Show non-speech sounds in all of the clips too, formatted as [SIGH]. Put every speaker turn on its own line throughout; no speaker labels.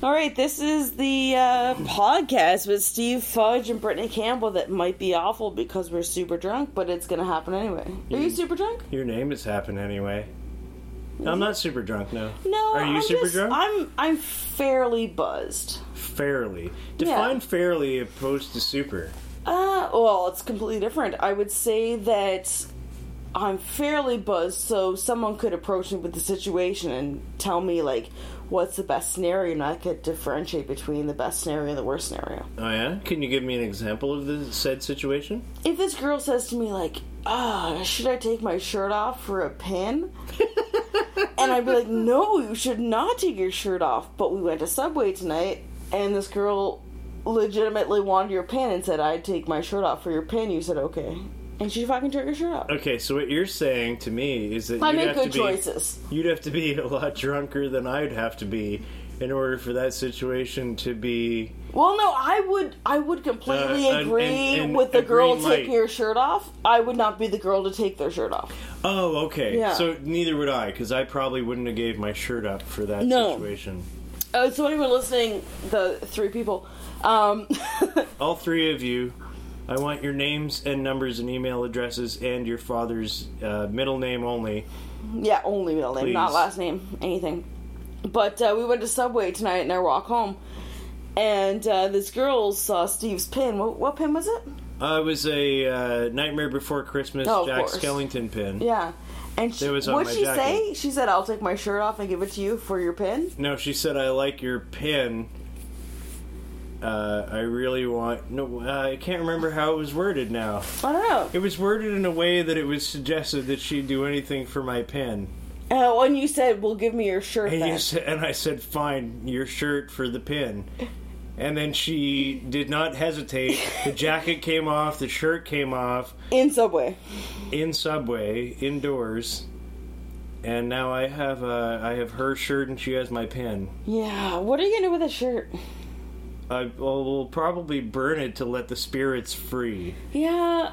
All right, this is the uh, podcast with Steve Fudge and Brittany Campbell that might be awful because we're super drunk, but it's going to happen anyway. Are
Mm.
you super drunk?
Your name has happened anyway. No, I'm not super drunk now.
No.
Are you
I'm
super
just-
drunk?
I'm I'm fairly buzzed.
Fairly. Define fairly opposed to super.
Uh, well, it's completely different. I would say that I'm fairly buzzed, so someone could approach me with the situation and tell me like what's the best scenario, and I could differentiate between the best scenario and the worst scenario.
Oh yeah? Can you give me an example of the said situation?
if this girl says to me like ah should i take my shirt off for a [LAUGHS] pin and i'd be like no you should not take your shirt off but we went to subway tonight and this girl legitimately wanted your pin and said i'd take my shirt off for your pin you said okay and she fucking took her shirt off
Okay, so what you're saying to me is that
i
you'd
make
have to
good
be [LAUGHS]
choices
you'd have to be a lot drunker than I'd have to be in order for that situation to be
well no i would i would completely
Uh, and-
agree
and- and
with the
agree
girl
might.
taking her shirt off i would not be the girl to take their shirt off
Oh, okay.
Yeah.
So neither would I, because I probably wouldn't have gave my shirt up for that
No.
situation.
uh, so anyone listening the three people um [LAUGHS]
All three of you, I want your names and numbers and email addresses and your father's uh, middle name only.
Yeah, only middle name, not
Please.
last name, anything. But uh, we went to Subway tonight in our walk home, and uh, this girl saw Steve's pin. What, what pin was it?
Uh, it was a uh, Nightmare Before Christmas
Oh, of
Jack
course.
Skellington pin.
Yeah. And she,
It was on
what'd
my
she
jacket.
say? She said, I'll take my shirt off and give it to you for your
[LAUGHS]
pin.
No, she said, I like your pin. Uh, I really want. No, uh, I can't remember how it was worded now.
I don't know.
It was worded in a way that it was suggested that she'd do anything for my pin.
Oh, and you said, Well, give me your shirt
And,
then.
you said, and I said, fine, your shirt for
[LAUGHS]
the pin. And then she did not hesitate. The jacket came off, the shirt came off,
In Subway.
in Subway, indoors. And now I have uh, I have her shirt and she has my pin.
Yeah, what are you going to do with a shirt?
I will will probably burn it to let the spirits free.
Yeah,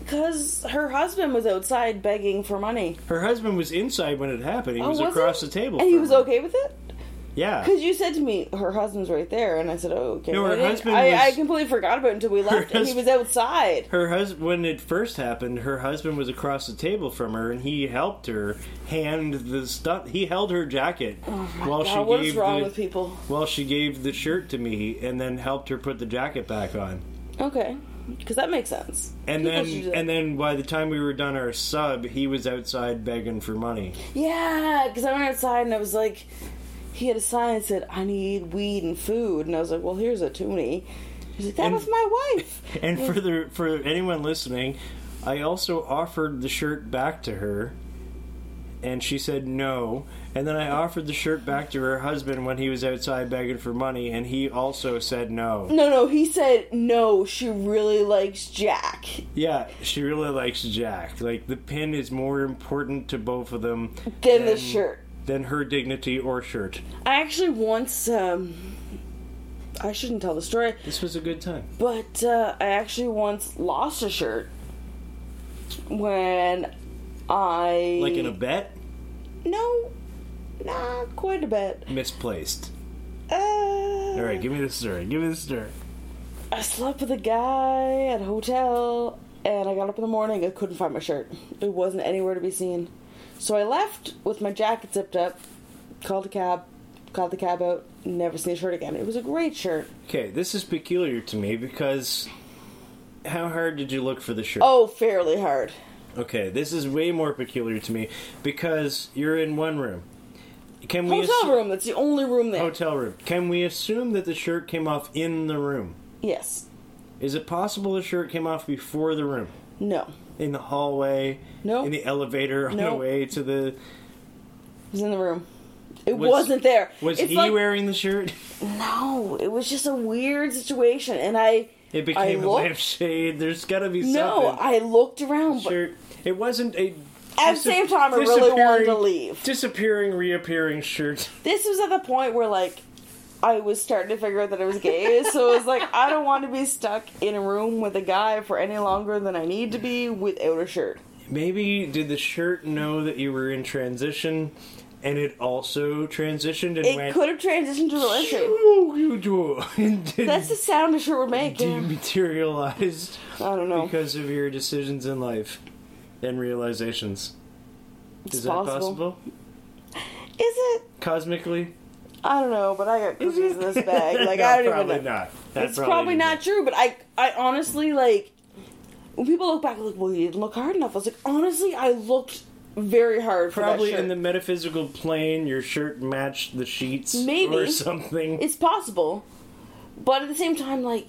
because her husband was outside begging for money.
Her husband was inside when it happened. He
Oh,
was,
was
across
he?
the table.
And he
from
was
her.
okay with it?
Yeah.
Because you said to me, her husband's right there, and I said, oh, okay.
No, her
I didn't-
husband
I,
was-
I completely forgot about it until we left, and he
hus-
was outside.
Her husband, when it first happened, her husband was across the table from her, and he helped her hand the stuff. He held her jacket while
Oh God, what is wrong
the
with people?
while she gave the shirt to me, and then helped her put the jacket back on.
Okay, because that makes sense.
And
People
then,
should do that.
and then by the time we were done our sub, he was outside begging for money.
Yeah, because I went outside and I was like, he had a sign that said, I need weed and food, and I was like, well, here's a toonie. He's like, that
And-
was my wife.
And for the for anyone listening, I also offered the shirt back to her. And she said no. And then I offered the shirt back to her husband when he was outside begging for money, and he also said no.
[LAUGHS] no, no, he said, no, she really likes Jack.
Yeah, she really likes Jack. Like, the pin is more important to both of them
Then the
And-
shirt.
than her dignity or shirt.
I actually once, um, I shouldn't tell the story,
This was a good time.
But uh, I actually once lost a shirt when I
Like in a bet,
no, not quite a bit.
misplaced.
Uh,
All right, give me the story. Give me the story.
I slept with a guy at a hotel, and I got up in the morning. I couldn't find my shirt. It wasn't anywhere to be seen. So I left with my jacket zipped up. Called a cab. Called the cab out. Never seen a shirt again. It was a great shirt.
Okay, this is peculiar to me because how hard did you look for the shirt?
Oh, fairly hard.
Okay, this is way more peculiar to me because you're in one room. Can we
Hotel
assu-
room. That's the only room there.
Hotel room. Can we assume that the shirt came off in the room?
Yes.
Is it possible the shirt came off before the room,
No.
in the hallway,
No.
in the elevator on the
Nope.
way to the?
was in the room. It
Was-
was, not there.
Was
It's
he
like-
wearing the shirt? [LAUGHS]
No, it was just a weird situation, and I
It became a
looked-
lampshade. There's got to be
no,
something.
I looked around, but
Shirt. It wasn't a.
at the
disa-
same time, I really wanted to
disappearing-
leave.
Disappearing, reappearing shirt.
This was at the point where like I was starting to figure out that I was gay, [LAUGHS] so it was like I don't want to be stuck in a room with a guy for any longer than I need to be without a shirt.
Maybe did the shirt know that you were in transition and it also transitioned and
It
went.
could have transitioned to the lesson.
[LAUGHS] and didn't
That's the sound a shirt would make. yeah.
dematerialized
I don't know.
because of your decisions in life and realizations.
It's
Is that possible?
Is it?
Cosmically?
I don't know, but I got cookies in this
[LAUGHS]
bag. Like
No,
I don't
probably
even know.
Not. That
It's probably
didn't-
not true, but I I honestly like when people look back like, well, you didn't look hard enough. I was like, honestly, I looked very hard. For that
Probably
shirt.
in the metaphysical plane, your shirt matched the sheets
Maybe.
or [LAUGHS] something.
It's possible, but at the same time, like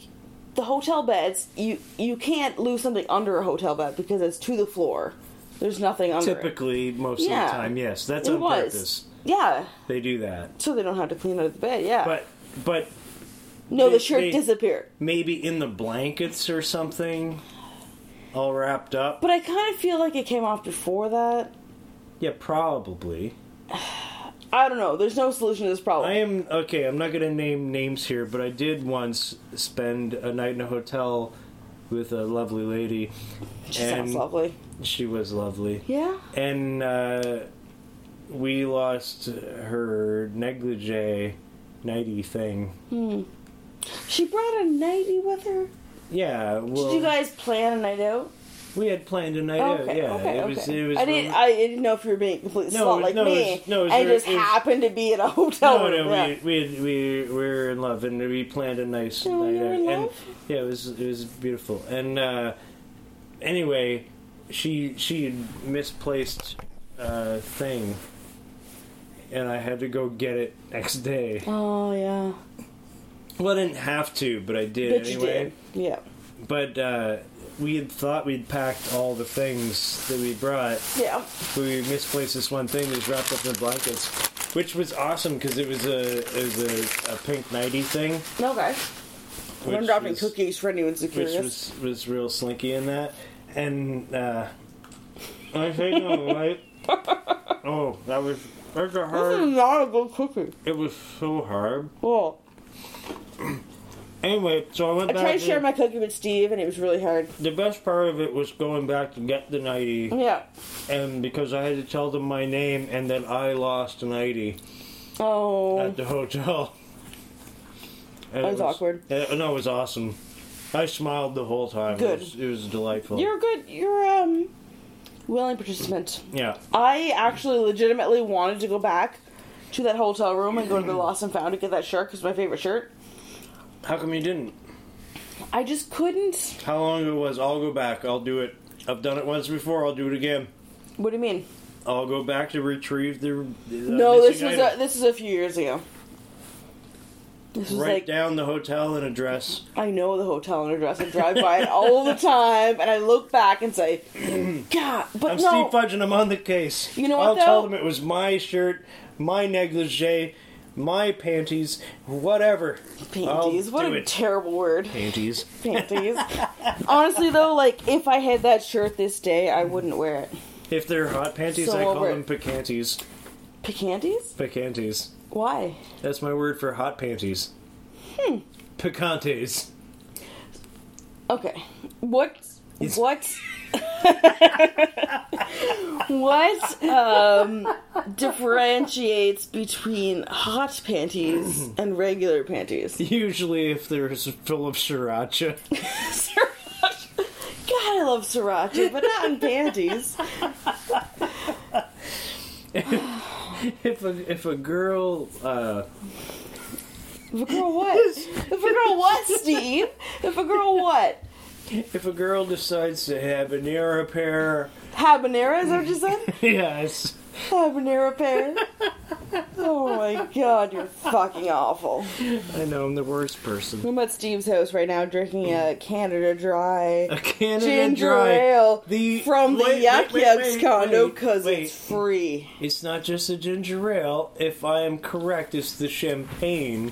the hotel beds, you you can't lose something under a hotel bed because it's to the floor. There's nothing under it.
Typically, most
Yeah.
of the time, yes, that's
It
on
was.
purpose.
Yeah,
They do that,
so they don't have to clean out the bed. Yeah,
but but
no, the
they-
shirt
they-
disappeared.
maybe in the blankets or something, all wrapped up.
But I kind of feel like it came off before that.
Yeah, probably.
I don't know. There's no solution to this problem.
I am okay. I'm not gonna name names here, but I did once spend a night in a hotel with a lovely lady.
She sounds
and
lovely.
She was lovely.
Yeah.
and uh, we lost her negligee nighty thing.
She brought a nightie with her.
Yeah, well,
Did you guys plan a night out?
we had planned a night out.
Okay,
Yeah,
okay,
it was.
okay.
It was.
I didn't. I didn't know if you were being a complete
No,
slut
it-
like
no, it
me.
was- no, it was
I
very-
just
it was-
happened to be in a hotel
no,
room.
no,
yeah.
we, we we we were in love, and we planned a nice
No,
night
you were
out.
in
And
love?
yeah, it was it was beautiful. And uh, anyway, she she had misplaced uh, thing, and I had to go get it next day.
Oh yeah.
Well, I didn't have to, but I did
But you
anyway.
did. Yeah.
But uh, we had thought we'd packed all the things that we brought,
Yeah.
but we misplaced this one thing that was wrapped up in blankets, which was awesome because it was a it was a, a pink nighty thing,
Okay.
which
I'm dropping
was,
cookies for anyone who's
which
curious.
was was real slinky in that, and uh, I think
[LAUGHS]
I like. Oh, that was that's a
this
hard.
is not a good cookie.
It was so hard.
Well,
Anyway, so I went
I
back.
tried to share
and
my cookie with Steve, and it was really hard.
the best part of it was going back to get the nighty.
Yeah.
and because I had to tell them my name and that I lost an ID
Oh.
at the hotel. [LAUGHS] And
That
it
was awkward.
uh, no, it was awesome. I smiled the whole time.
Good.
It was, it was delightful.
You're good. You're um willing participant.
yeah.
I actually legitimately wanted to go back to that hotel room and go
[CLEARS THROAT]
to the lost and found to get that shirt because my favorite shirt.
How come you didn't?
I just couldn't.
How long ago was I'll go back. I'll do it. I've done it once before. I'll do it again.
What do you mean?
I'll go back to retrieve the. the
no, this
missing
was
item.
a, this is a few years ago. This was
Write
like
down the hotel and address.
I know the hotel and address. I drive by it all
[LAUGHS]
the time, and I look back and
[CLEARS THROAT]
say, "God, but
I'm
no."
Steve Fudge and I'm on the case.
You know
I'll
what,
tell
though?
them it was my shirt, my negligee, my panties, whatever.
Panties.
I'll
What
do
a
it.
terrible
[LAUGHS]
word.
panties.
Panties. Honestly, though, like if I had that shirt this day, I wouldn't wear it.
If they're hot panties,
So
I call
over
them
it.
picanties.
Picanties?
Picanties.
Why?
That's my word for hot panties. Hmm. Picantes.
Okay. What?
It's-
What? [LAUGHS] what um, differentiates between hot panties and regular panties?
Usually, if they're full of
[LAUGHS]
sriracha.
Sriracha. God, I love sriracha, but not in panties.
if a if a girl, uh,
If a girl what? If a girl what, Steve? If a girl what?
if a girl decides to have an habanero pair,
Habanero, is that what you said?
[LAUGHS] yes,
Habanero pear. Oh my god, you're fucking awful.
I know I'm the worst person.
I'm at Steve's house right now drinking a Canada Dry.
A Canada
ginger
Dry.
ale
The-
from the
wait,
Yuck
wait, wait,
Yucks
wait,
condo
wait,
because
wait.
it's free.
It's not just a ginger ale. If I am correct, it's the champagne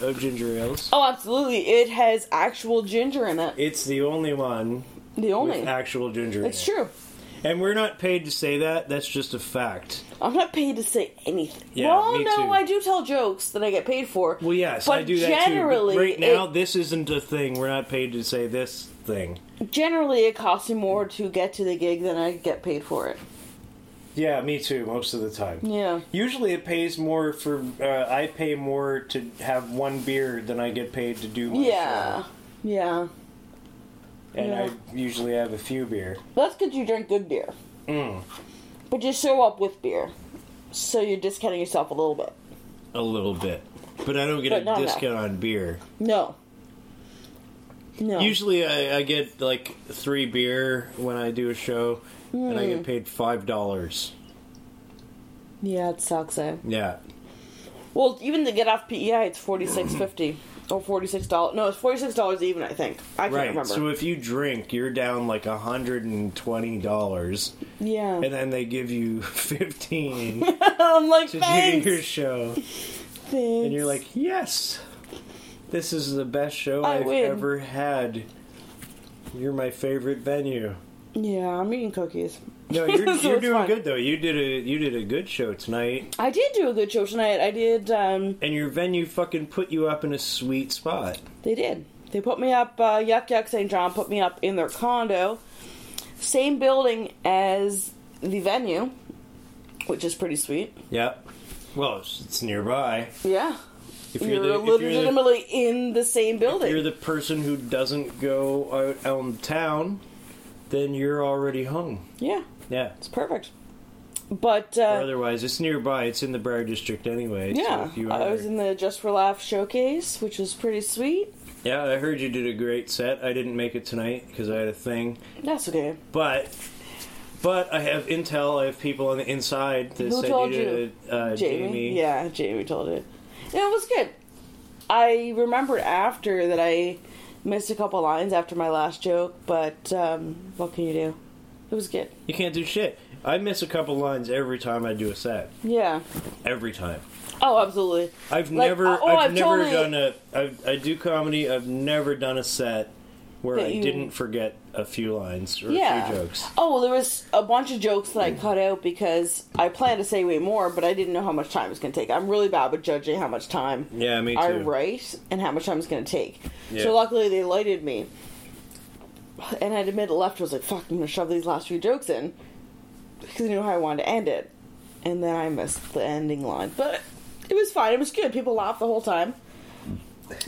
of ginger ales.
Oh, absolutely. It has actual ginger in it.
It's the only one
The only.
with actual ginger ale.
It's true.
And we're not paid to say that. That's just a fact.
I'm not paid to say anything.
Yeah,
well,
me
no,
too.
I do tell jokes that I get paid for.
Well, yes,
but
I do that too.
generally,
But right now,
it-
this isn't a thing. We're not paid to say this thing.
generally, it costs me more to get to the gig than I get paid for it.
Yeah, me too. Most of the time.
Yeah.
Usually, it pays more for. Uh, I pay more to have one beer than I get paid to do. My
Yeah.
show.
Yeah.
and
Yeah.
I usually have a few beer.
That's because you drink good beer.
Mm.
But you show up with beer. So you're discounting yourself a little bit.
A little bit, but I don't get
But
a
not enough.
discount on beer.
No. No.
Usually, I, I get like three beer when I do a show, and I
Hmm.
get paid five dollars.
yeah, it sucks, eh?
Yeah,
Well, even to get off PEI, it's forty six fifty or forty six dollars. No, it's forty six dollars even. I think I can't
right.
remember.
So if you drink, you're down like hundred and twenty dollars,
yeah,
and then they give you [LAUGHS] fifteen
[LAUGHS] I'm like
to
thanks.
do your show, [LAUGHS] and you're like, yes, this is the best show
I
have
win."
ever had. You're my favorite venue.
yeah, I'm eating cookies. [LAUGHS]
No, you're,
So
you're
it's
doing
fine.
good though. You did a you did a good show tonight,
I did do a good show tonight. I did. um
and your venue fucking put you up in a sweet spot.
They did. They put me up. Uh, Yuck Yuck St. John put me up in their condo, same building as the venue, which is pretty sweet.
Yep. Well, it's, it's nearby.
Yeah, you're,
If if you're the-
legitimately in the same building.
you're the person who doesn't go out on town, then you're already home.
yeah,
Yeah.
it's perfect. But
Or
uh,
otherwise, it's nearby. It's in the Briar District anyway. so
Yeah,
if you
I
are-
was in the Just for Laugh showcase, which was pretty sweet.
yeah, I heard you did a great set. I didn't make it tonight because I had a thing,
That's okay.
but. But I have intel. I have people on the inside that
Who
said
told
did a- Uh,
Jamie,
Jamie.
yeah, Jamie told it. And it was good. I remembered after that I missed a couple lines after my last joke, but um, what can you do? It was good.
You can't do shit. I miss a couple lines every time I do a set.
Yeah.
Every time.
Oh, absolutely.
I've
Like,
never,
uh, oh,
I've,
I've
never
totally-
done a. I've, I do comedy. I've never done a set where
That
I
you-
didn't forget a few lines or
yeah.
a few jokes. Mm.
Oh, well, there was a bunch of jokes that I cut out because I planned to say way more, but I didn't know how much time it's going to take. I'm really bad with judging how much time.
Yeah, me too.
I write and how much time it's going to take.
Yeah.
So luckily they lighted me. And I admit left was like, fuck, I'm going to shove these last few jokes in. Because I knew how I wanted to end it. And then I missed the ending line. But it was fine. It was good. People laughed the whole time.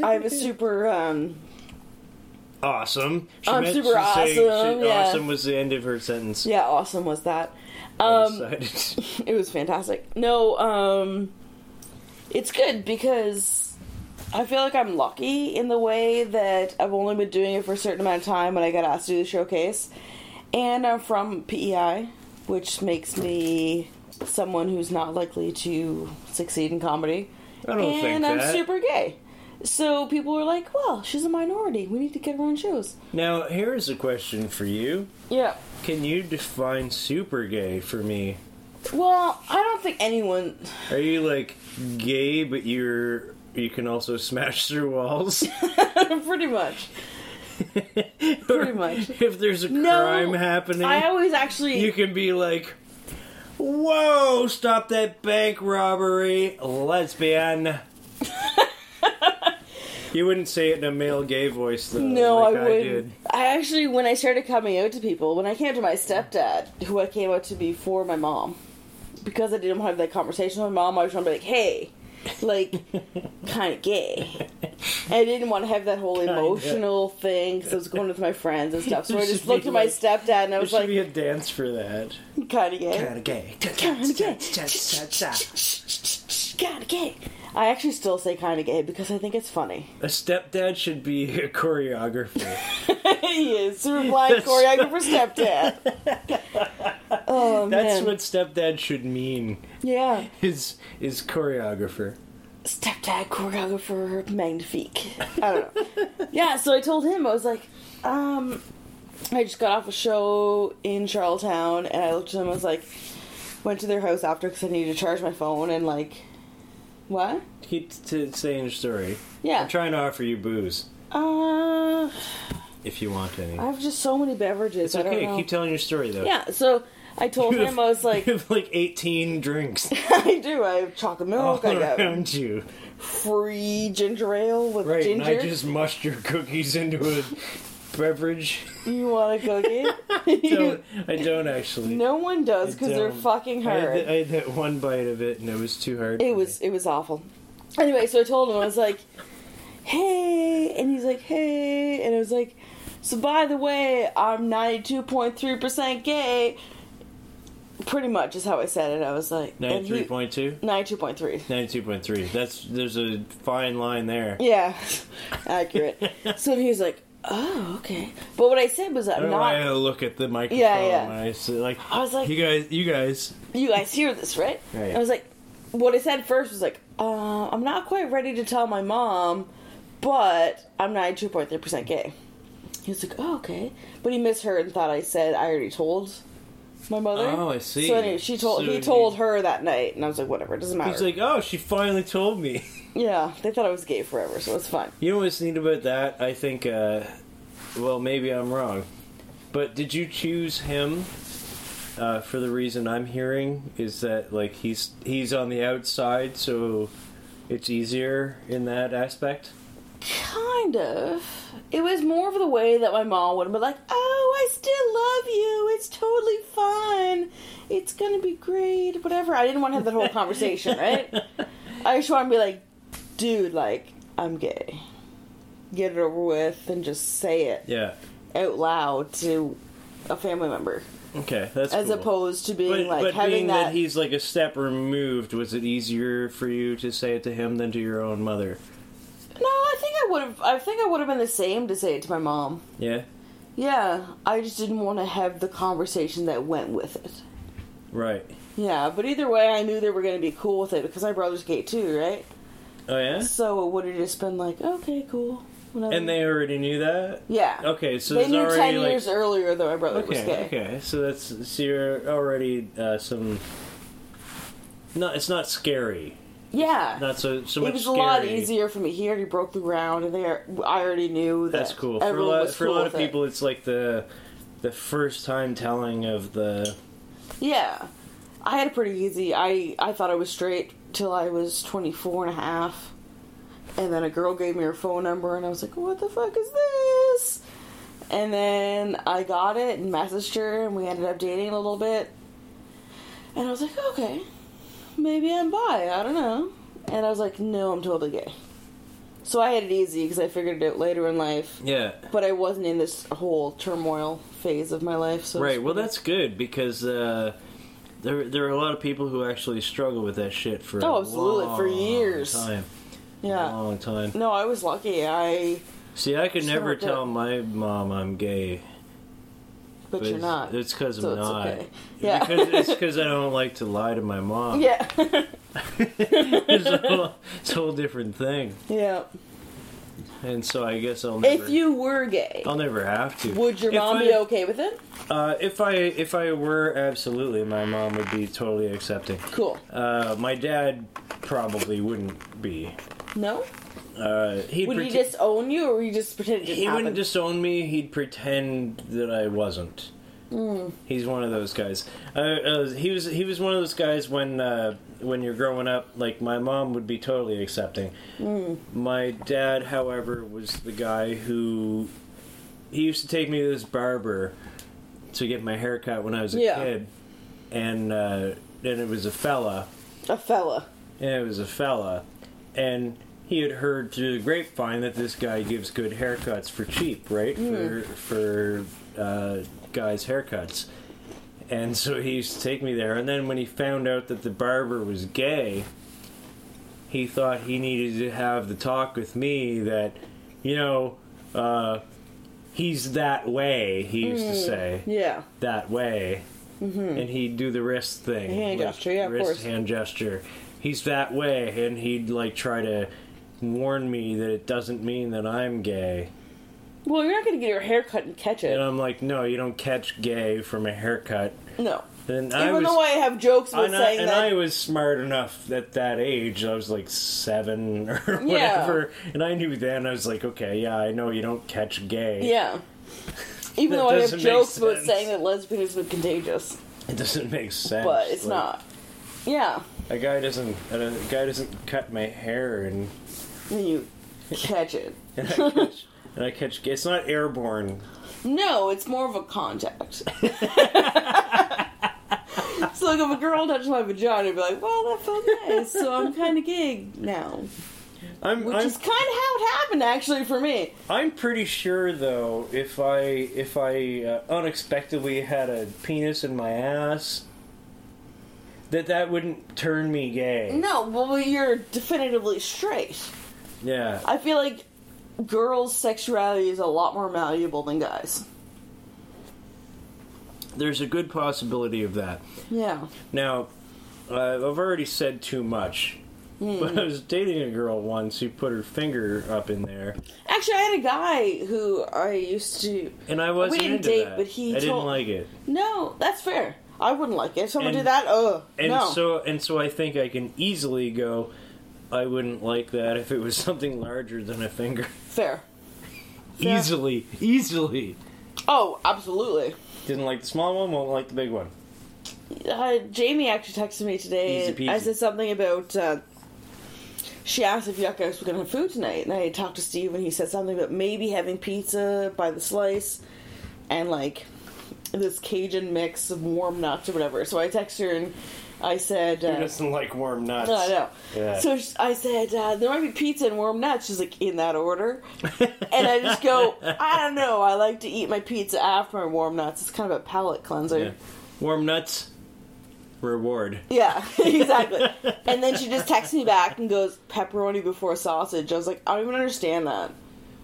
I
[LAUGHS]
have a super, um,
Awesome. She
I'm
meant
super
to say she-
awesome, yeah.
Awesome was the end of her sentence.
yeah, awesome was that.
I
Um,
decided. [LAUGHS]
it was fantastic. No, um, it's good because I feel like I'm lucky in the way that I've only been doing it for a certain amount of time when I got asked to do the showcase. And I'm from PEI, which makes me someone who's not likely to succeed in comedy.
I don't
and
think
I'm
that.
super gay. So people were like, well, she's a minority. We need to get her on shows.
now here is a question for you.
Yeah.
Can you define super gay for me?
Well, I don't think anyone. [LAUGHS]
Are you like gay, but you're you can also smash through walls?
[LAUGHS] pretty much.
Pretty
much.
If there's a
No.
crime happening,
I always actually.
you can be like, "Whoa, stop that bank robbery,
[LAUGHS]
lesbian." you wouldn't say it in a male gay voice, though.
No,
like
I wouldn't. I, actually, when I started coming out to people, when I came to my stepdad, who I came out to before my mom, because I didn't have that conversation with my mom, I was trying to be like, hey, like,
[LAUGHS]
kind of gay. And [LAUGHS] I didn't want to have that whole
Kinda.
emotional thing because I was going with my friends and stuff. So I
[LAUGHS] It
just
should
looked
be
at my
like-
stepdad and I
There
was
should
like,
be a dance for that.
kind of gay.
Kinda gay.
Kinda gay. Kind of gay. I actually still say kind of gay because I think it's funny. [LAUGHS]
A stepdad should be a choreographer.
he is. Super blind
[LAUGHS] That's-
choreographer stepdad.
[LAUGHS]
oh,
That's
man.
what stepdad should mean.
Yeah.
Is is choreographer.
stepdad choreographer magnifique. [LAUGHS] I don't know. yeah, so I told him I was like, um, I just got off a show in Charlottetown, and I looked at him. I was like, went to their house after because I needed to charge my phone, and like, what?
Keep t- saying your story.
Yeah.
I'm trying to offer you booze
uh,
if you want any.
I have just so many beverages.
It's
I don't
okay.
know.
Keep telling your story though.
yeah, so I told
You have- [LAUGHS]
him I was like, [LAUGHS]
you have like 18 drinks
I do. I have chocolate
all
milk. I
[LAUGHS]
got
around you.
free ginger ale with
Right,
ginger.
and I just mushed your cookies into a
[LAUGHS]
beverage.
You want a
[LAUGHS]
cookie?
don't, I don't actually.
no one does because they're
don't.
fucking
I
hard.
had, th- I had that one bite of it and it was too hard. for me.
It was it was awful. Anyway, so I told him I was like, "Hey," and he's like, "Hey," and I was like, "So by the way, I'm 92.3 percent gay." Pretty much is how I said it. I was like, and he-
93.2?
92.3.
92.3. That's there's a fine line there.
Yeah, [LAUGHS] accurate.
[LAUGHS]
so he was like, "Oh, okay." But what I said was,
I
"I'm
don't know
not."
why Oh, I look at the microphone.
yeah.
when I say, like,
I was like-
you guys, you guys.
you guys hear this, right?
Right.
I was like, what I said first was like, uh, I'm not quite ready to tell my mom, but I'm 92.3% gay. He was like, oh, okay. But he misheard and thought I said I already told my mother.
Oh, I see.
So anyway, she told
So
he
he-
told her that night, and I was like, whatever, it doesn't matter.
He's like, oh, she finally told me. [LAUGHS]
yeah, they thought I was gay forever, so it's fine.
You know what's neat about that? I think, uh, well, maybe I'm wrong, but did you choose him uh, for the reason I'm hearing? Is that like he's he's on the outside, so it's easier in that aspect?
Kind of. It was more of the way that my mom would have been like, oh, I still love you. It's totally fine. It's going to be great. Whatever. I didn't want to have that whole
[LAUGHS]
conversation, right? I just want to be like, dude, like, I'm gay. Get it over with and just say it
Yeah.
out loud to a family member.
Okay, that's
As
cool.
opposed to
But,
being like
but
having
being that,
that
he's like a step removed, was it easier for you to say it to him than to your own mother?
No, I think I would have I think I would have been the same to say it to my mom.
Yeah,
Yeah, I just didn't want to have the conversation that went with it.
right.
Yeah, but either way, I knew they were going to be cool with it because my brother's gay too, right?
Oh yeah,
So it would have just been like, okay, cool. Whatever.
and they already knew that.
yeah,
Okay, so
they
there's
knew
already
ten
like
years earlier that my brother was
Okay,
gay.
okay. So that's so you're already uh, some. No, it's not scary.
Yeah,
Not so so much.
it was a
scary.
lot easier for me. He already broke the ground, and they are, I already knew that.
That's cool. For a
Everyone
lot
was
for a
cool
lot of
with it.
people, it's like the the first time telling of the.
Yeah, I had it pretty easy. I I thought I was straight till I was 24 and a half. And then a girl gave me her phone number, and I was like, "What the fuck is this?" And then I got it and messaged her, and we ended up dating a little bit. And I was like, "Okay, maybe I'm bi. I don't know." And I was like, "No, I'm totally gay." So I had it easy because I figured it out later in life.
Yeah.
But I wasn't in this whole turmoil phase of my life. So it was
Right. Well,
pretty-
that's good because uh, there there are a lot of people who actually struggle with that shit for
Oh,
a
absolutely, for
long
years.
Time.
yeah.
Long time.
No, I was lucky. I,
See, I could
So
never
good.
tell my mom I'm gay.
but, you're
it's-
not.
It's because
So
I'm
it's
not.
okay. Yeah. [LAUGHS]
Because it's because I don't like to lie to my mom.
yeah,
[LAUGHS] it's, a whole, it's a whole different thing.
yeah.
And so I guess I'll never.
If you were gay,
I'll never have to.
would your
If
mom
I-
be okay with it?
Uh, if I if I were absolutely, my mom would be totally accepting.
Cool.
Uh, my dad probably wouldn't be.
No.
Uh, he'd
Would he
prete-
disown you, or would he just pretend it didn't
he
happen?
wouldn't disown me. He'd pretend that I wasn't.
Hmm.
He's one of those guys. Uh, uh, he was he was one of those guys when uh, when you're growing up. Like my mom would be totally accepting.
Hmm.
My dad, however, was the guy who he used to take me to this barber to get my hair cut when I was a
Yeah.
kid, and uh, and it was a fella
a fella.
and it was a fella, and he had heard through the grapevine that this guy gives good haircuts for cheap, right? For for uh, guys' haircuts, and so he used to take me there. And then when he found out that the barber was gay, he thought he needed to have the talk with me that, you know, uh, he's that way. He used to say
Yeah.
that way, and he'd do the wrist thing,
Mm-hmm. Hand gesture, yeah, of
wrist
course.
hand gesture. He's that way, and he'd like try to warn me that it doesn't mean that I'm gay.
Well, you're not gonna get your hair cut and catch it.
And I'm like, no, you don't catch gay from a haircut.
no.
And I
Even
was,
though I have jokes about
and, I,
saying
and
that.
I was smart enough at that age. I was like seven [LAUGHS] or
Yeah.
whatever, and I knew then. I was like, okay, yeah, I know you don't catch gay.
yeah. Even
That
though I have
doesn't make
jokes about
sense.
saying that lesbianism is contagious,
It doesn't make sense,
but it's
Like,
not. Yeah.
A guy doesn't. A guy doesn't cut my hair and
Then you catch it.
And I catch, [LAUGHS] and I catch. It's not airborne.
No, it's more of a
[LAUGHS]
contact. It's like if a girl touched my vagina, I'd be like, "Well, that felt nice." So I'm kind of gig now,
I'm
which
I'm,
is kind of how it happened actually for me.
I'm pretty sure though if I if I uh, unexpectedly had a penis in my ass that that wouldn't turn me gay.
No, well, you're definitively straight.
Yeah.
I feel like girls' sexuality is a lot more malleable than guys.
There's a good possibility of that.
Yeah.
Now, uh, I've already said too much.
Hmm.
But I was dating a girl once who put her finger up in there,
Actually, I had a guy who I used to.
and I wasn't
didn't
into
date,
that.
but he
I didn't
told-
like it,
No, that's fair. I wouldn't like it. If someone
And-
did that, ugh.
and
no.
so and so I think I can easily go. I wouldn't like that if it was [LAUGHS] something larger than a finger.
fair. Fair.
Easily, easily.
Oh, absolutely.
Didn't like the small one, won't like the big one.
Uh, Jamie actually texted me today.
Easy
and I
peasy.
said something about. Uh, she asked if Yuck Guys were going to have food tonight, and I had talked to Steve, and he said something about maybe having pizza by the slice, and like this Cajun mix of warm nuts or whatever. So I texted her and I said,
Who
uh,
doesn't like warm nuts?
"No, I know."
Yeah.
So sh- I said, uh, "There might be pizza and warm nuts." She's like, "In that order," and I just
[LAUGHS]
go, "I don't know. I like to eat my pizza after my warm nuts. It's kind of a palate cleanser."
Yeah. Warm nuts, reward.
Yeah, [LAUGHS]
[LAUGHS]
exactly. and then she just texts me back and goes, pepperoni before sausage. I was like, I don't even understand that.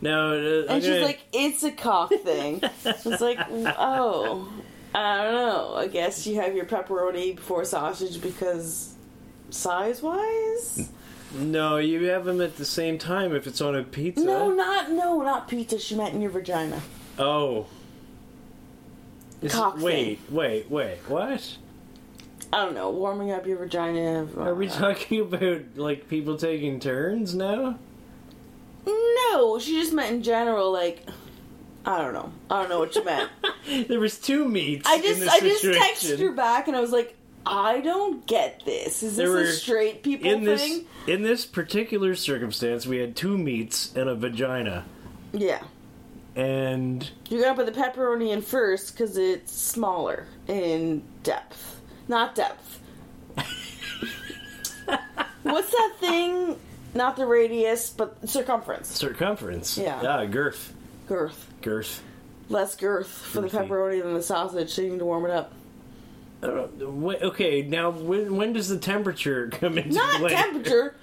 Now, uh,
And she's like, it's a cock thing. It's like, oh, I don't know. I guess you have your pepperoni before sausage because size wise?
[LAUGHS] no, you have them at the same time if it's on a pizza.
No, not, no, not pizza. She meant in your vagina.
Oh. Is-
Cock
wait, wait, wait. What?
I don't know, warming up your vagina. Uh,
Are we talking [LAUGHS] about like people taking turns now?
No, she just meant in general, like, I don't know. I don't know what she meant.
[LAUGHS] There was two meats.
I
in
just
this
I just
situation.
texted her back and I was like, I don't get this. Is this
There were-
a straight people
in
thing?
this in this particular circumstance. We had two meats and a vagina,
Yeah.
and
You gotta put the pepperoni in first because it's smaller in depth. Not
[LAUGHS]
depth. What's that thing? Not the radius, but circumference.
circumference.
Yeah.
Ah, girth.
Girth.
Girth.
Less girth for the
Girthy.
pepperoni than the sausage, so you need to warm it
[LAUGHS]
up.
I don't know. Wh- Okay, now when when does the temperature [LAUGHS] come into
Not
play? [LAUGHS]
temperature.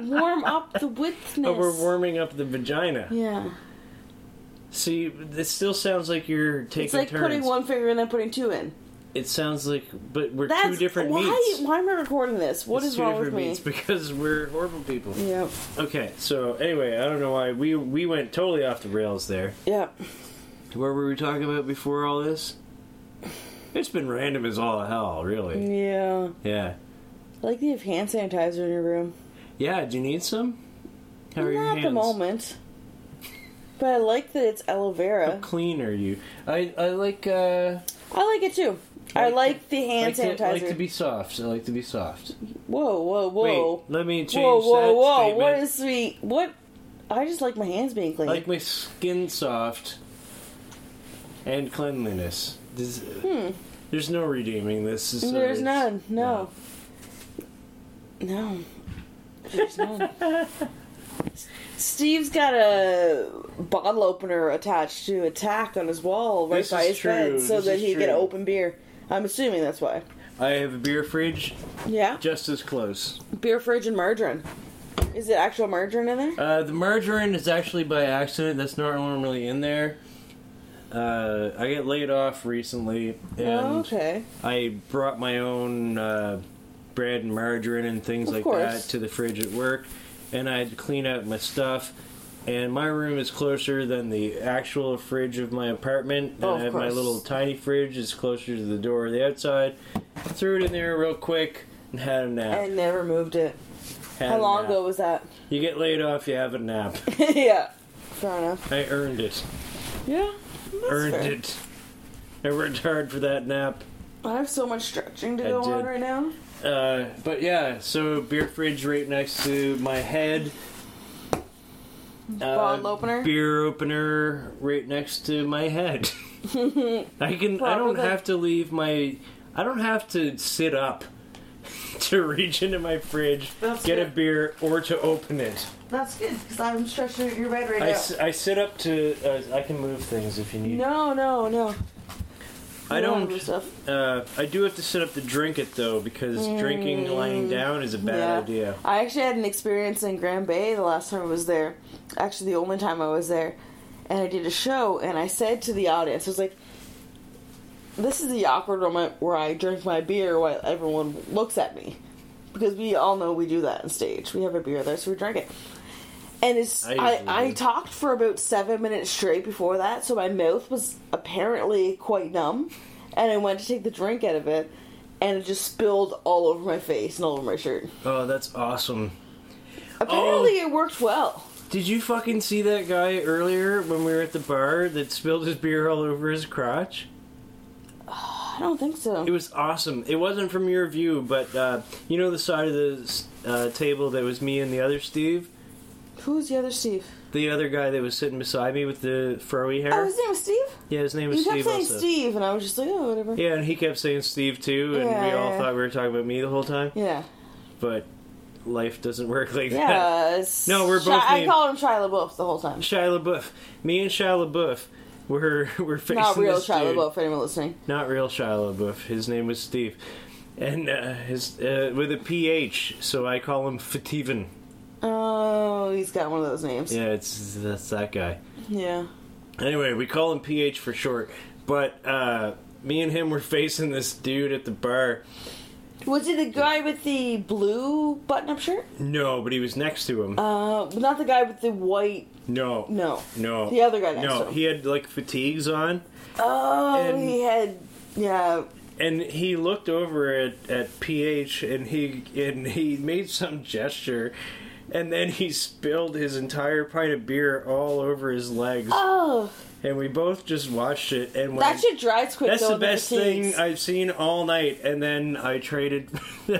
warm up the witness.
Oh, we're warming up the vagina.
Yeah.
See, it still sounds like you're taking
It's like
turns.
putting one finger and then putting two in.
It sounds like, but we're
That's
two different
why,
meats.
Why am I recording this? What is
It's two
wrong with
different
me?
meats because we're horrible people.
Yep.
Okay, so anyway, I don't know why we we went totally off the rails there.
Yep.
Where were we talking about before all this? It's been random as all hell, really.
Yeah.
Yeah,
I like that you have hand sanitizer in your room.
yeah. Do you need some? How are your
Not
hands?
at the moment. But I like that it's aloe
How
vera.
clean are you? I I like uh
I like it too. I
Like
like the hand
like to,
sanitizer.
like to be soft. I like to be soft.
whoa, whoa, whoa.
Wait, let me change
whoa, whoa,
that
whoa.
statement.
What is sweet? What? I just like my hands being clean.
like my skin soft and cleanliness. This- There's no redeeming this. so
Hmm. There's
it's-
none. No. No. There's none.
[LAUGHS]
Steve's got a bottle opener attached to a tack on his wall right
This
by
is
his bed
true.
so
This
that
is
he can
true.
open beer. I'm assuming that's why.
I have a beer fridge
Yeah.
just as close.
Beer fridge and margarine. Is it actual margarine in there?
Uh, the margarine is actually by accident. That's not normally in there. Uh, I got laid off recently, and
Oh, okay.
I brought my own uh, bread and margarine and things
Of
like
course.
that to the fridge at work, and I had to clean out my stuff. And my room is closer than the actual fridge of my apartment. And
Oh, of
I have my
course.
little tiny fridge is closer to the door of the outside. Threw it in there real quick and had a nap.
I never moved it.
Had
How
a
long
nap.
ago was that? [LAUGHS]
You get laid off, you have a nap.
yeah. Fair enough.
I earned it.
Yeah. that's
earned
fair.
it. I worked hard for that nap.
I have so much stretching to
I
go on
did.
right now.
Uh, but yeah, so beer fridge right next to my head.
Bottle opener?
Uh, beer opener right next to
[LAUGHS]
my head. I can. I don't
Probably.
have to leave my. I don't have to sit up [LAUGHS] to reach into my fridge,
That's
get a
good.
beer, or to open it.
That's good because I'm stretching out your bed right
I,
now.
s- I sit up to. Uh, I can move things if you need.
no, no, no.
I
You
don't.
do Stuff.
Uh, I do have to sit up to drink it though, because drinking lying down is a bad
Mm. Yeah.
idea.
I actually had an experience in Grand Bay the last time I was there. Actually, the only time I was there. And I did a show, and I said to the audience, I was like, this is the awkward moment where I drink my beer while everyone looks at me. Because we all know we do that on stage. We have a beer there, so we drink it. And it's
I
I,
usually
I,
do.
talked for about seven minutes straight before that, so my mouth was apparently quite numb. And I went to take the drink out of it, and it just spilled all over my face and all over my shirt.
Oh, that's awesome.
Apparently,
Oh.
it worked well.
Did you fucking see that guy earlier when we were at the bar that spilled his beer all over his crotch?
I don't think so.
It was awesome. It wasn't from your view, but uh, you know the side of the uh, table that was me and the other Steve,
Who's the other Steve?
the other guy that was sitting beside me with the frowy hair.
Oh, his name was Steve?
yeah, his name was
You kept
Steve.
saying
Also.
Steve, and I was just like, oh, whatever.
Yeah, and he kept saying Steve too, and we
Yeah,
all
yeah.
thought we were talking about me the whole time. [LAUGHS]
Yeah.
But life doesn't work like that.
Yeah. it's-
No, we're
Shi-
both
I
named-
called him Shia LaBeouf the whole time.
Shia LaBeouf. Me and Shia LaBeouf were [LAUGHS] were facing
Not real
this
Shia
dude.
LaBeouf, for anyone listening.
Not real Shia LaBeouf. His name was Steve, and uh, his uh, with a PH, so I call him Fativen.
Oh, he's got one of those names.
Yeah, it's that's that guy.
Yeah.
Anyway, we call him PH for short. But uh, me and him were [LAUGHS] facing this dude at the bar.
Was it the guy with the blue button-up shirt?
No, but he was next to him.
Uh, not the guy with the white.
no,
No.
no.
The other guy next
No,
to him.
he had like fatigues on.
Oh,
And-
he had. Yeah.
and he looked over at, at PH and he and he made some gesture and then he spilled his entire pint of beer all over his legs
Oh,
and we both just watched it and went
that should drive quick.
that's
though,
the
in the
best
fatigues.
thing I've seen all night and then I traded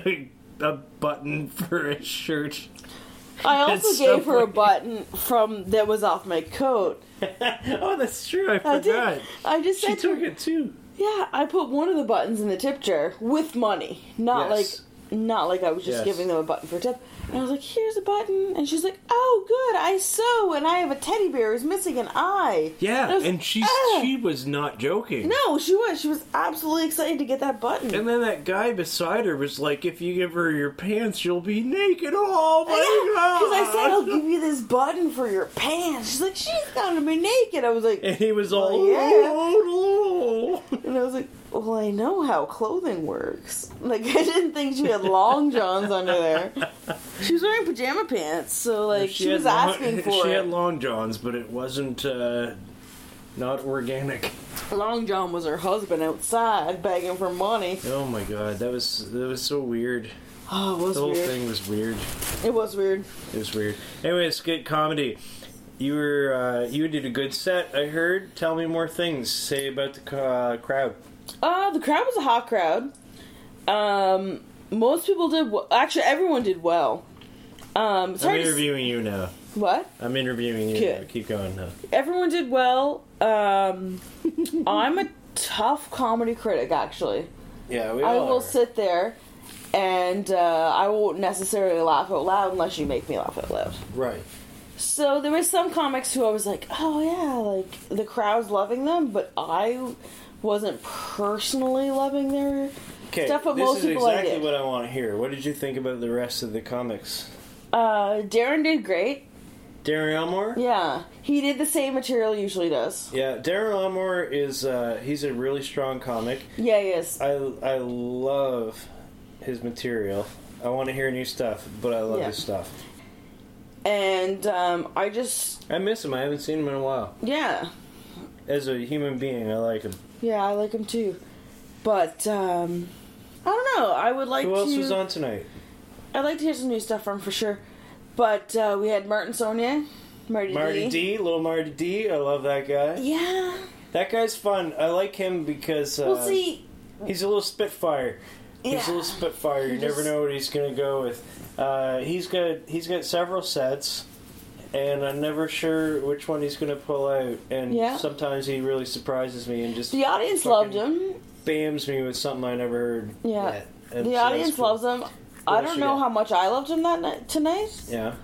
[LAUGHS] a button for a shirt [LAUGHS]
[LAUGHS] I
It's
also
so
gave her a
funny.
button from that was off my coat.
oh that's true I
I did.
forgot
I just
she
said, to
took
her,
it too
yeah, I put one of the buttons in the tip jar with money, not
Yes.
like, not like I was just
Yes.
giving them a button for a tip. And I was like, here's a button, and she's like, oh, good, I sew, and I have a teddy bear who's missing an eye.
yeah
I was-
and she
Ah.
she was not joking
No, she was. She was absolutely excited to get that button. [LAUGHS]
And then that guy beside her was like, "If you give her your pants, you'll be naked." Oh my
because I said
god! [LAUGHS]
I'll give you this button for your pants. She's like, she's gonna be naked. I was like,
and he was all,
Well, yeah.
"Oh, no."
And I was like, well, I know how clothing works. [LAUGHS] Like, I didn't think she had long johns under there. She was wearing pajama pants, so, like, she,
had
was
long- [LAUGHS]
asking for
She had
it.
long johns, but it wasn't uh, not organic.
Long John was her husband outside begging for money.
Oh my god, that was that was so weird.
Oh, it was
The whole
weird.
thing was weird.
It was weird.
It was weird. Anyway, it's good comedy. You were uh, you did a good set. I heard. Tell me more things. Say about the co- uh, crowd.
Uh, the crowd was a hot crowd. Um, most people did well. Actually, everyone did well. Um, it's
I'm
hard to s-
interviewing you now.
What?
I'm interviewing you.
Good.
now. Keep going now.
Everyone did well.
[LAUGHS]
Um, I'm a tough comedy critic, actually.
Yeah, we
I
all
will
are.
sit there and uh, I won't necessarily laugh out loud unless you make me laugh out loud.
Right.
So there were some comics who I was like, oh yeah, like the crowd's loving them, but I wasn't personally loving their
Okay,
stuff. But
this
most
is
people
exactly
I did.
what I want to hear. What did you think about the rest of the comics?
Uh, Darren did great.
Darren Elmore?
Yeah, he did the same material he usually does.
Yeah, Darren Elmore is uh, he's a really strong comic.
Yeah, he is.
I I love his material. I want to hear new stuff, but I love
Yeah.
his stuff.
And um, I just,
I miss him. I haven't seen him in a while.
yeah,
As a human being, I like him.
yeah, I like him too. But um, I don't know. I would like
Who
to.
else was on tonight?
I'd like to hear some new stuff from for sure. But uh, we had Martin Sonia, Marty,
Marty D, little Marty D. I love that guy.
Yeah.
That guy's fun. I like him because uh,
Well, see,
He's a little spitfire. He's a
Yeah.
little spitfire. You
He
never
just-
know what he's gonna go with. Uh, he's got he's got several sets, and I'm never sure which one he's gonna pull out. And
Yeah.
sometimes he really surprises me and just
The audience
fucking
loved him.
Bams me with something I never heard.
Yeah.
yet. And so
The
that's
audience
cool.
loves him. I
else
don't
you
know
got?
how much I loved him that night tonight.
Yeah.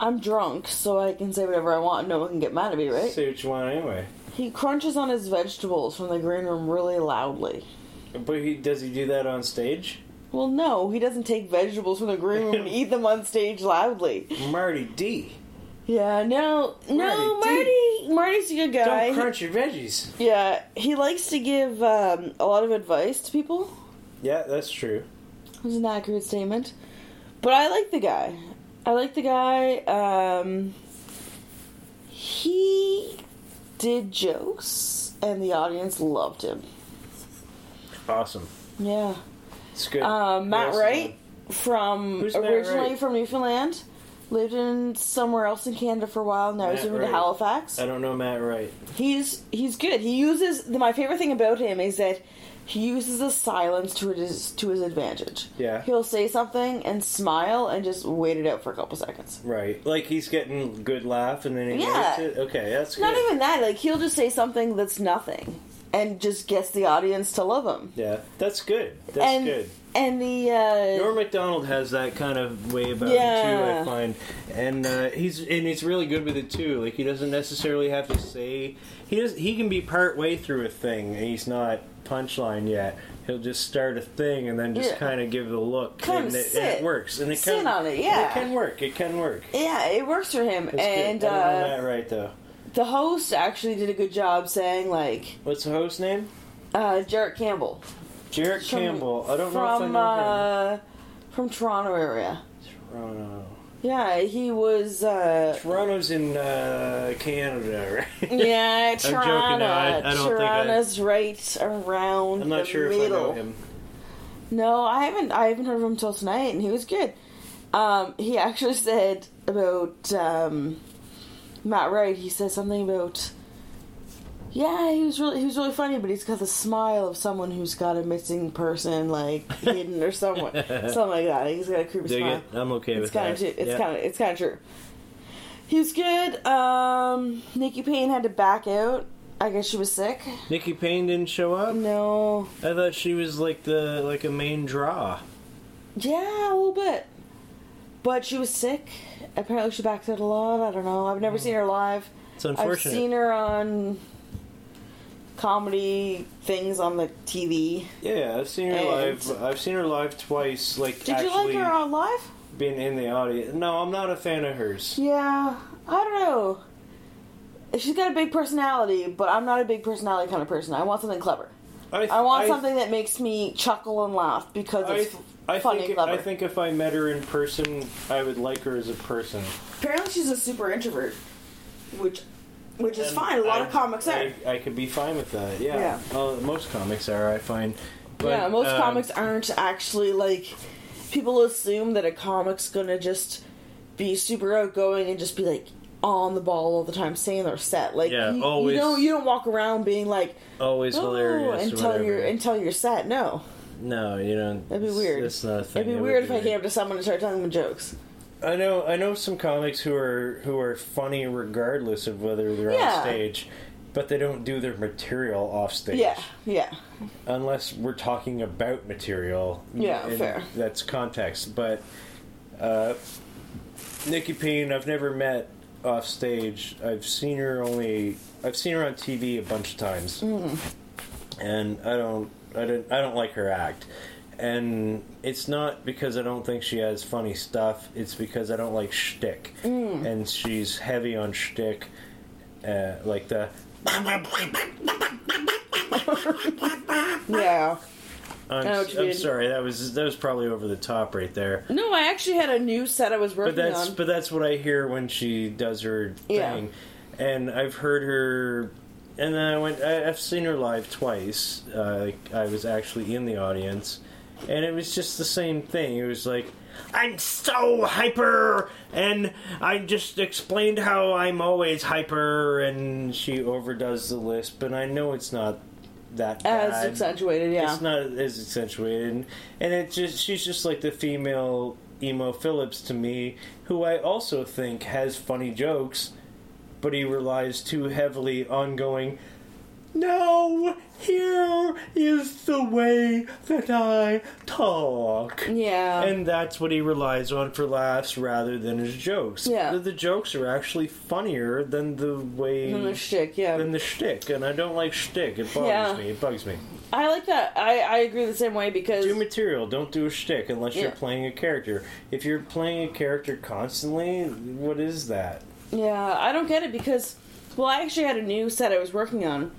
I'm drunk, so I can say whatever I want. No one can get mad at me, right?
See what you want anyway.
He crunches on his vegetables from the green room really loudly.
But he does he do that on stage?
Well, no, he doesn't take vegetables from the green
[LAUGHS]
room and eat them on stage loudly.
Marty D.
Yeah, no, no,
Marty,
Marty, Marty's a good
Don't
guy.
crunch your veggies.
Yeah, he likes to give um, a lot of advice to people.
Yeah, that's true.
It was an accurate statement. But I like the guy. I like the guy. Um, he did jokes, and the audience loved him.
Awesome.
Yeah.
It's good.
Um, Matt
Yes,
Wright
man.
from
Who's Matt
originally
Wright?
from Newfoundland, lived in somewhere else in Canada for a while. Now he's
Matt
moving to
Wright. Oh,
Halifax.
I don't know Matt Wright.
He's he's good. He uses the, my favorite thing about him is that he uses the silence to his to his advantage.
Yeah.
he'll say something and smile and just wait it out for a couple seconds.
Right. Like he's getting good laugh and then he
Yeah.
yeah. it. Okay, that's
Not
good.
even that. Like he'll just say something that's nothing and just gets the audience to love him.
Yeah. That's good. That's
and
good.
and the uh,
Norm Macdonald has that kind of way about him too,
Yeah.
I find, and uh, he's and he's really good with it too. Like he doesn't necessarily have to say he does. He can be part way through a thing. and He's not punchline yet. He'll just start a thing and then just
Yeah.
kind of give the look,
Kinda
and, it, and
sit.
it works. And it
Sit
can,
on it, yeah.
It can work. It can work.
yeah, it works for him.
That's
and
good. I don't know
uh,
that right though.
the host actually did a good job saying like
What's the host name?
uh, Jarrett Campbell.
Jarrett
from-
Campbell. I don't
from
know if I know
uh, from Toronto area.
him. Toronto.
Yeah, he was. Uh,
Toronto's in uh, Canada, [LAUGHS] right?
yeah,
joking, no,
Toronto.
I- I don't think I-
Toronto's right around
I'm not
the
sure
middle.
if I know him.
No, I haven't. I haven't heard of him till tonight, and he was good. Um, he actually said about um, Matt Wright. He said something about. Yeah, he was really he was really funny, but he's got the smile of someone who's got a missing person like hidden or
[LAUGHS]
someone, something like that. He's got a creepy
Dig
smile.
it. I'm okay
It's
with that.
kind of true. It's
Yeah.
kind of it's kind of true. He was good. Um, Nikki Payne had to back out. I guess she was sick. Um,
Nikki Payne didn't show up.
No.
I thought she was like the like a main draw.
Yeah, a little bit. But she was sick. Apparently, she backed out a lot. I don't know. I've never seen her live.
It's
I've
unfortunate.
seen her on comedy things on the TV.
yeah, I've seen her
And-
live. I've seen her live twice. Like
Did
actually
you like her on live?
being in the audience. No, I'm not a fan of hers.
Yeah, I don't know. She's got a big personality, but I'm not a big personality kind of person. I want something clever.
I,
I want
I-
something that makes me chuckle and laugh because
I,
it's
I
funny
think
and clever.
I think if I met her in person, I would like her as a person.
Apparently, she's a super introvert, which which is
And
fine. A lot
I-
of comics are.
I, I could be fine with that. Yeah.
Yeah.
Well, most comics are. I find. But,
yeah, most
um,
comics aren't actually like. People assume that a comic's gonna just be super outgoing and just be like on the ball all the time, saying their set. Like
Yeah,
you, you
always-
don't you don't walk around being like
always
"Oh,"
hilarious. or
until you're
whatever.
until you're set. No,
no, you know
That'd be weird.
It's not a thing.
it'd be
It would
weird if I
weird.
came up to someone and started telling them jokes.
I know I know some comics who are who are funny regardless of whether they're
Yeah.
on stage, but they don't do their material off stage.
Yeah, yeah,
Unless we're talking about material.
Yeah,
and
fair.
That's context. But uh Nikki Payne I've never met off stage. I've seen her only I've seen her on TV a bunch of times.
Mm-hmm.
And I don't I don't I don't like her act. And it's not because I don't think she has funny stuff. It's because I don't like shtick,
Mm.
and she's heavy on shtick, uh, like the
yeah.
I'm,
know what you
I'm
mean.
sorry, that was that was probably over the top right there.
No, I actually had a new set I was
But
working
that's
on.
but that's what I hear when she does her
Yeah.
thing, and I've heard her, and then I went. I, I've seen her live twice. Uh, like I was actually in the audience, and it was just the same thing. It was like. I'm so hyper, and I just explained how I'm always hyper, and she overdoes the lisp, and I know it's not that bad.
As accentuated, yeah.
It's not as accentuated, and it just she's just like the female Emo Phillips to me, who I also think has funny jokes, but he relies too heavily on going, No, here is the way that I talk.
Yeah.
And that's what he relies on for laughs rather than his jokes.
Yeah.
The, the jokes are actually funnier than the way.
and the shtick, yeah.
than the shtick, and I don't like shtick. It bothers
Yeah.
me. It bugs me.
I like that. I, I agree the same way because
do material. Don't do a shtick unless you're
Yeah.
playing a character. If you're playing a character constantly, what is that?
Yeah, I don't get it because, well, I actually had a new set I was working on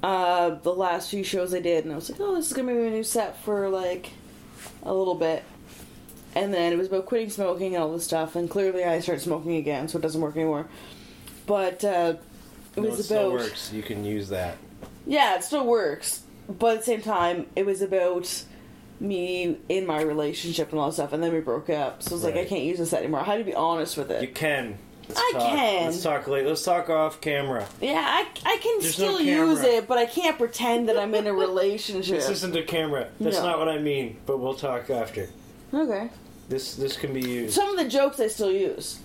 uh, the last few shows I did, and I was like, oh, this is gonna be a new set for like a little bit. And then it was about quitting smoking and all this stuff, and clearly I started smoking again, so it doesn't work anymore. But uh, it
No,
was about
it still works. You can use that.
yeah, it still works, but at the same time, it was about me in my relationship and all that stuff, and then we broke up. So it's like
Right.
I can't use this set anymore. I had to be honest with it.
You can. Let's
I
talk.
can.
Let's talk later. Let's talk off camera.
Yeah, I, I can
There's no
still use
camera.
it, but I can't pretend that I'm
[LAUGHS]
in a relationship.
This isn't a camera. That's
No.
not what I mean. But we'll talk after.
okay.
This this can be used.
Some of the jokes I still use.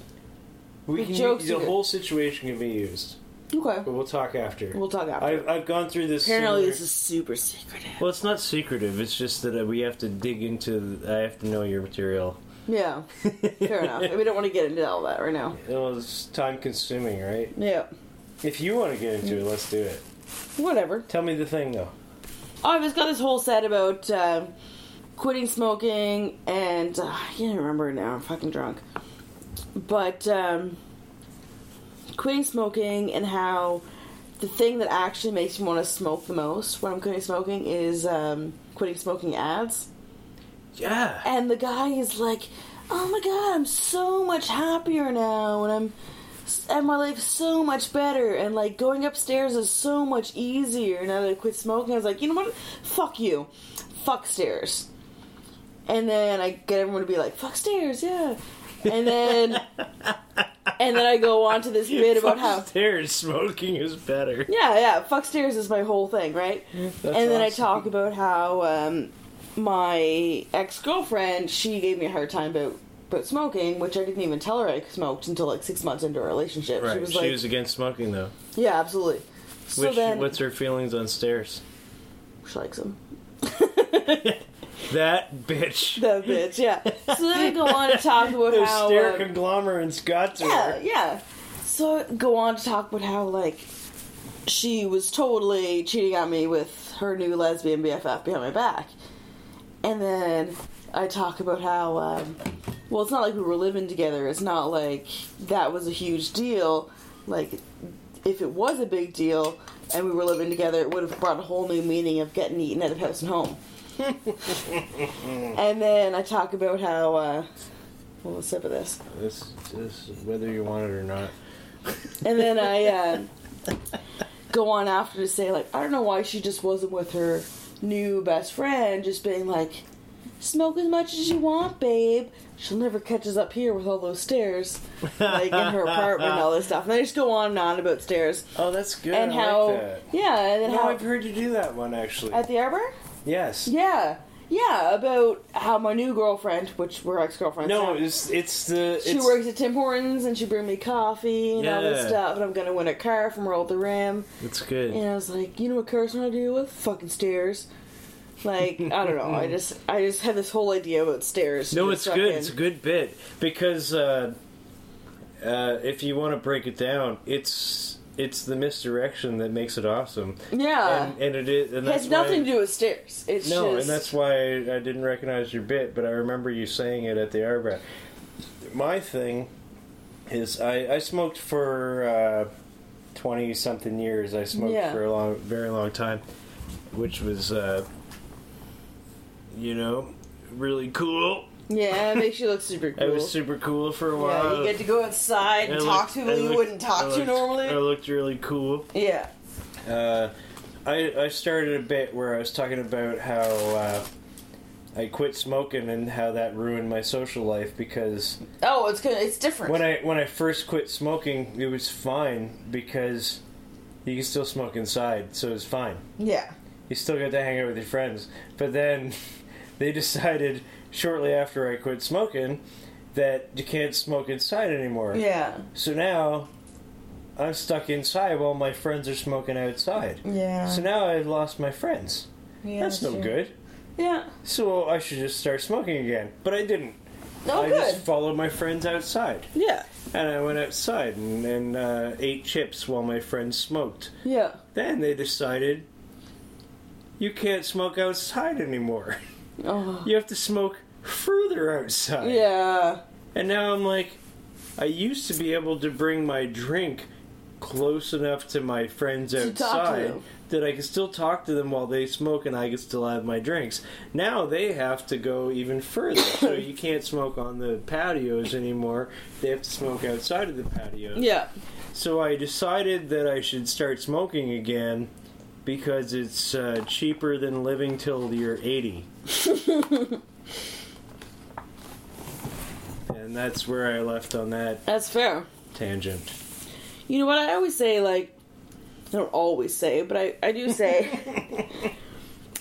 we
the
can
jokes
the
are-
whole situation can be used.
Okay.
But we'll talk after.
We'll talk after.
I've, I've gone through this.
Apparently,
similar-
this is super secretive.
Well, it's not secretive. It's just that uh, we have to dig into. I have to know your material.
Yeah,
[LAUGHS]
fair enough. We don't want to get into all that right now.
It was time consuming, right?
Yeah,
If you want to get into it, let's do it.
whatever.
Tell me the thing, though.
Oh, I've just got this whole set about um quitting smoking, and uh, I can't remember now. I'm fucking drunk. But um, quitting smoking and how the thing that actually makes me want to smoke the most when I'm quitting smoking is um, quitting smoking ads.
Yeah.
And the guy is like, "Oh my god, I'm so much happier now, and I'm." And my life's so much better, and like going upstairs is so much easier now that I quit smoking. I was like, you know what? Fuck you. Fuck stairs. And then I get everyone to be like, fuck stairs, yeah. And then, and then I go on to
[LAUGHS]
this bit about how,
stairs smoking is better.
yeah, yeah, fuck stairs is my whole thing, right? and then I talk about how um, my ex girlfriend she gave me a hard time about about smoking, which I didn't even tell her I smoked until like six months into our relationship.
Right.
She was like,
against smoking, though.
"Yeah, absolutely." So
Which,
then
what's her feelings on stairs?
she likes him.
That bitch.
[LAUGHS] That bitch, yeah. So then I go on to
[LAUGHS]
talk about
Those
how
stair
um,
conglomerates got to
Yeah,
her.
yeah. So go on to talk about how like she was totally cheating on me with her new lesbian BFF behind my back, and then I talk about how um, well it's not like we were living together. It's not like that was a huge deal. Like if it was a big deal and we were living together, it would have brought a whole new meaning of getting eaten out of house and home. and then I talk about how uh, well let's sip of this.
This, this, whether you want it or not.
And then I uh, go on after to say, like, I don't know why she just wasn't with her new best friend, just being like, smoke as much as you want, babe. She'll never catch us up here with all those stairs, [LAUGHS] like in her apartment, and all this stuff. And I just go on and on about stairs
[LAUGHS] Oh, that's good.
and
I
how,
like that.
yeah, and then
No,
how
I've heard you do that one actually.
at the arbor,
yes.
yeah, yeah, about how my new girlfriend, which we're ex girlfriends,
No, it's it's the
She
it's,
works at Tim Hortons and she bring me coffee and all this
Yeah.
stuff, and I'm gonna win a car from Roll the Rim.
It's good.
And I was like, you know what cars want to do with? Fucking stairs. Like, I don't know. I just I just had this whole idea about stairs.
No,
Just
it's good.
fucking-
It's a good bit because uh, uh, if you want to break it down, it's it's the misdirection that makes it awesome,
Yeah.
and, and it is.
it
And that's
Uh, has nothing
why,
to do with stairs. It's
No,
just
and that's why I didn't recognize your bit, but I remember you saying it at the Arbor. My thing is, I, I smoked for twenty something years. I smoked
Yeah.
for a long, very long time, which was, uh, you know, really cool.
yeah, it makes you look
[LAUGHS]
super cool.
It was super cool for a while.
yeah, you get to go outside
I
and
looked-
talk to people
I
you
looked-
wouldn't talk
I
to
looked-
normally.
I looked really cool.
yeah,
Uh, I I started a bit where I was talking about how uh, I quit smoking and how that ruined my social life because
Oh, it's good. It's different.
when I when I first quit smoking, it was fine because you can still smoke inside, so it's fine.
yeah.
You still got to hang out with your friends, but then [LAUGHS] they decided shortly after I quit smoking that you can't smoke inside anymore.
Yeah.
So now I'm stuck inside while my friends are smoking outside.
Yeah.
So now I've lost my friends.
Uh-huh. yeah
That's no
true.
good.
Yeah.
So I should just start smoking again. But I didn't.
No
I
Oh, good.
just followed my friends outside.
yeah.
And I went outside and, and uh, ate chips while my friends smoked.
Yeah.
Then they decided you can't smoke outside anymore.
Oh.
You have to smoke further outside.
Yeah.
And now I'm like, I used to be able to bring my drink close enough to my friends
To talk to
outside
them.
that I could still talk to them while they smoke and I could still have my drinks. Now they have to go even further. so you can't smoke on the patios anymore. They have to smoke outside of the patios.
Yeah.
So I decided that I should start smoking again because it's uh, cheaper than living till you're [LAUGHS] 80. and that's where I left on that
That's fair.
tangent.
You know what I always say, like I don't always say, but I, I do say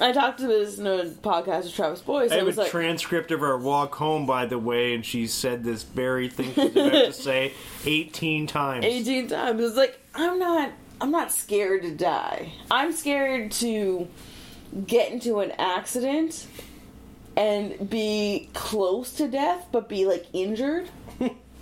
I talked to this in a podcast with Travis Boyce.
I
I
have a
was like
transcript of our walk home, by the way, and she said this very thing she's about
[LAUGHS]
to say 18 times.
18 times. It's like I'm not I'm not scared to die. I'm scared to get into an accident and be close to death but be like injured.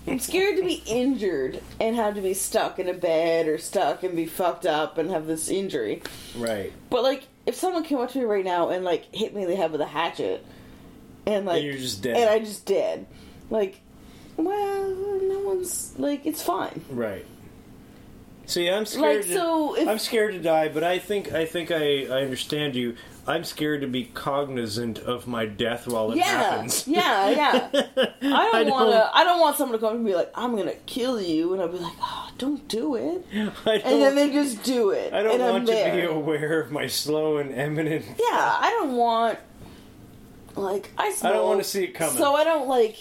I'm scared to be injured and have to be stuck in a bed or stuck and be fucked up and have this injury.
Right.
But like if someone came up to me right now and like hit me in the head with a hatchet and like
And you're just dead.
and I just dead. Like well, no one's like it's fine.
Right. See, I'm scared.
Like,
to,
so if-
I'm scared to die, but I think I think I, I understand you. I'm scared to be cognizant of my death while it
yeah,
happens.
yeah,
[LAUGHS]
yeah. I don't want
don't-
to. I don't want someone to come to me like, "I'm gonna kill you," and I'll be like, "Oh, don't do it,"
I
and then
don't.
they just do it.
I don't
and I'm
want to
there.
be aware of my slow and imminent.
Yeah, I don't want. Like I, smoke,
I don't wanna see it coming.
So I don't like.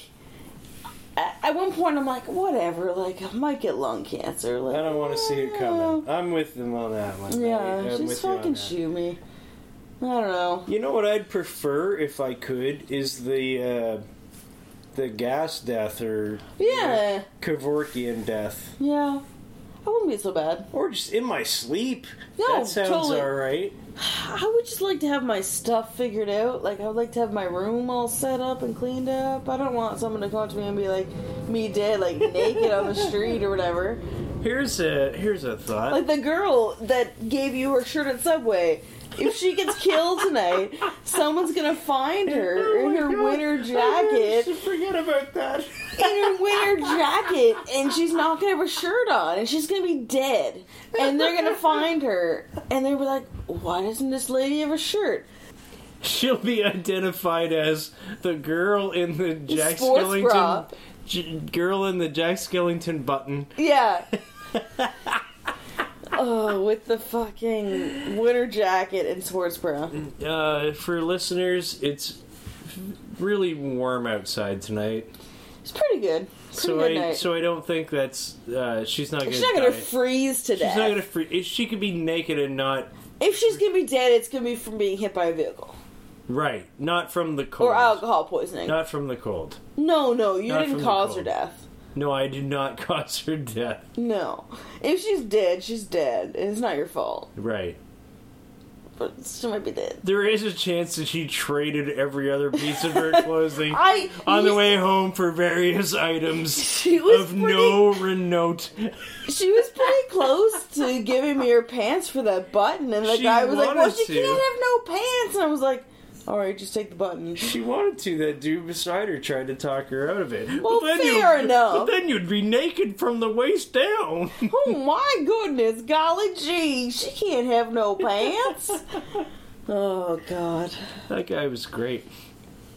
At at one point, I'm like, whatever. Like, I might get lung cancer. Like,
I don't want to see it coming.
eh,
I'm with them on that one. I,
Yeah,
am
just
with you on
fucking
that.
shoot me. I don't know.
You know what I'd prefer if I could is the uh, the gas death or
Yeah,
Kevorkian death,
yeah. I wouldn't be so bad.
or just in my sleep.
No,
that sounds
totally.
all right.
I would just like to have my stuff figured out. Like, I would like to have my room all set up and cleaned up. I don't want someone to come up to me and be like, me dead, like naked
[LAUGHS]
on the street or whatever.
Here's a here's a thought.
Like the girl that gave you her shirt at Subway. If she gets killed tonight, someone's gonna find
Oh
her in her winter jacket,
forget about that. [LAUGHS]
in her winter jacket, and she's not gonna have a shirt on, and she's gonna be dead. And they're gonna find her, and they'll be like, why doesn't this lady have a shirt?
She'll be identified as the girl in the Jack
sports bra.
Skellington J- girl in the Jack Skellington button.
Yeah. oh, with the fucking winter jacket and sports bra.
Uh, for listeners, it's really warm outside tonight,
It's pretty good. Pretty
so
good
I
night.
so I don't think that's uh, she's not going
she's
to
not gonna
die.
freeze to
She's
death.
not gonna free. She could be naked and not
if she's gonna be dead, it's gonna be from being hit by a vehicle
right. Not from the cold.
or alcohol poisoning.
Not from the cold.
no, no, you
not
didn't
from the
cause her
cold.
death.
No, I did not [LAUGHS] cause her death.
No, if she's dead, she's dead, and it's not your fault.
Right.
But she might be dead.
There is a chance that she traded every other piece
[LAUGHS]
of her clothing
I
on the
you-
way home for various items
[LAUGHS] She was
of
pretty,
no renote.
She was pretty close to giving me her pants for that button, and the
She
guy was like, "Well,
wanted
she
to.
can't have no pants," and I was like, "All right, just take the button." [LAUGHS]
She wanted to. That dude beside her tried to talk her out of it.
Well, fair enough.
But then you'd be naked from the waist down.
Oh my goodness, golly gee, she can't have no
[LAUGHS]
pants. oh God,
[LAUGHS] that guy was great.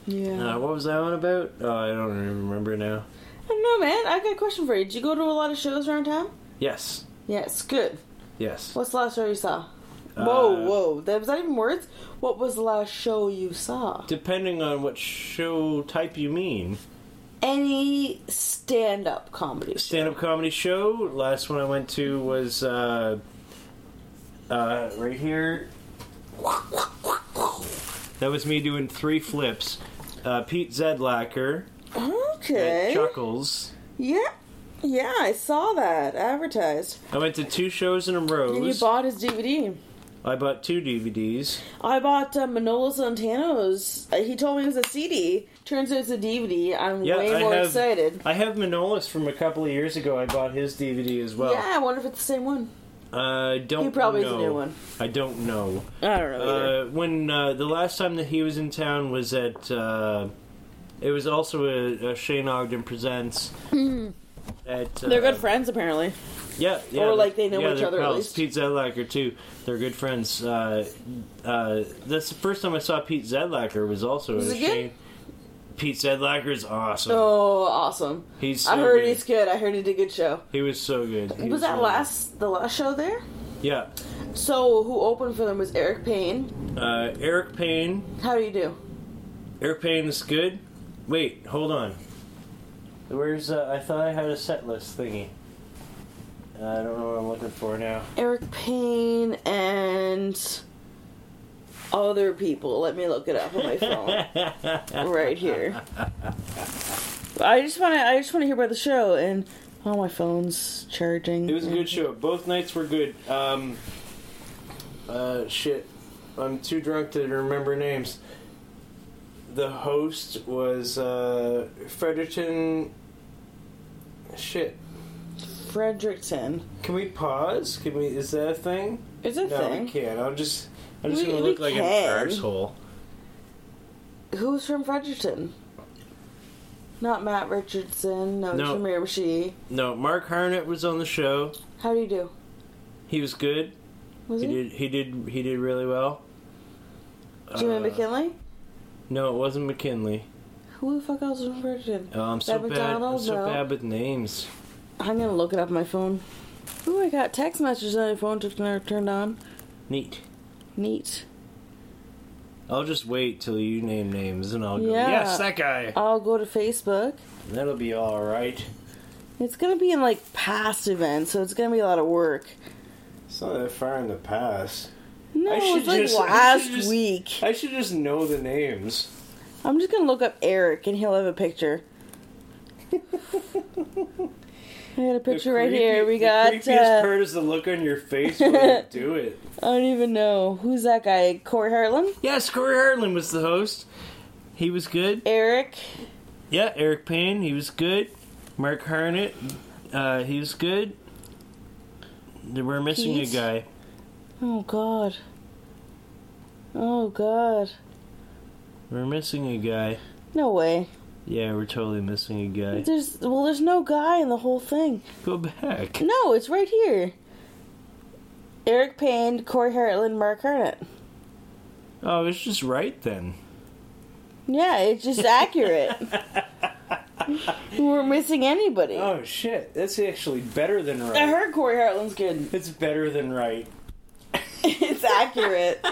yeah.
Uh, what was that one about? Oh, I don't even remember now.
I don't know, man. I got a question for you. Did you go to a lot of shows around town?
Yes.
Yes, good.
Yes.
What's the last show you saw?
Uh,
whoa, whoa. That, was that even words? What was the last show you saw?
Depending on what show type you mean.
Any stand up comedy. show.
stand-up comedy show. Last one I went to was uh, uh, right here. That was me doing three flips uh, Pete Zedlacker,
Okay.
Chuckles.
Yeah. Yeah, I saw that advertised.
I went to two shows in a row.
And you bought his DVD.
I bought two DVDs.
I bought uh, Manolo Santano's. Uh, he told me it was a CD. Turns out it's a DVD. I'm
Yeah,
way
I
more
have,
excited.
I have Manolis from a couple of years ago. I bought his DVD as well.
yeah, I wonder if it's the same one.
I don't.
He probably has a
know.
new one.
I don't know.
I don't know. either.
Uh, when uh, the last time that he was in town was at, uh, it was also a, a Shane Ogden presents. at uh,
Mm-hmm. They're good friends, apparently.
Yeah, yeah.
Or, like, they know
yeah,
each
they're
other at
pals.
least.
Pete Zedlacker too. They're good friends. Uh, uh, that's the first time I saw Pete Zedlacker was also
Was it
at a
good?
Shane. Pete Zedlacker is awesome.
Oh, awesome!
He's so
I heard
good.
he's good. I heard he did a good show.
He was so good. He
was that
really-
last the last show there?
Yeah.
So who opened for them was Eric Payne.
Uh, Eric Payne.
How do you do?
Eric Payne is good. Wait, hold on. Where's uh, I thought I had a set list thingy. Uh, I don't know what I'm looking for now.
Eric Payne and other people. Let me look it up on my phone
[LAUGHS]
right here. I just want to. I just want to hear about the show and oh, my phone's charging.
It was a good show. Both nights were good. Um, uh, shit, I'm too drunk to remember names. The host was uh, Fredericton. Shit,
Fredericton.
can we pause? Can we? Is that a thing?
It's a
no,
thing.
we can't. I'm just. I'm just
We-
gonna
we
look like
can.
an arsehole.
Who's from Fredericton? Not Matt Richardson. No,
No.
Shamir Bashir.
No, Mark Harnett was on the show.
How do you do?
He was good.
Was
He
it
did. He did. He did really well.
Jimmy
Uh,
McKinley?
No, it wasn't McKinley.
Who the fuck else was from Fredericton?
Oh, I'm so
That
bad. I'm
McDonald's,
so
no.
bad with names.
I'm gonna look it up on my phone. Ooh, I got text messages on my phone just never turned on.
Neat.
Neat.
I'll just wait till you name names and I'll go,
Yeah.
yes, that guy.
I'll go to Facebook.
That'll be all right.
It's gonna be in like past events, so it's gonna be a lot of work.
It's not that far in the past.
No,
I
it
should
was like
just- I should
last
just-
week.
I should just know the names.
I'm just gonna look up Eric and he'll have a picture. I got a picture right here. We
The
got.
creepiest
Uh,
part is the look on your face when you do it.
[LAUGHS] I don't even know who's that guy. Corey Hartland,
Yes, Corey Hartland was the host. He was good.
Eric.
Yeah, Eric Payne, he was good. Mark Harnett, uh, he was good. We're missing
Pete?
a guy.
Oh God. Oh God.
We're missing a guy.
No way.
Yeah, we're totally missing a guy.
There's well, there's no guy in the whole thing.
Go back.
No, it's right here. Eric Payne, Corey Hartland, Mark Harnett.
Oh, it's just right then.
Yeah, it's just accurate. We're missing anybody.
[LAUGHS] Oh shit, that's actually better than right.
I heard Corey Hartland's good.
It's better than right.
[LAUGHS] it's accurate.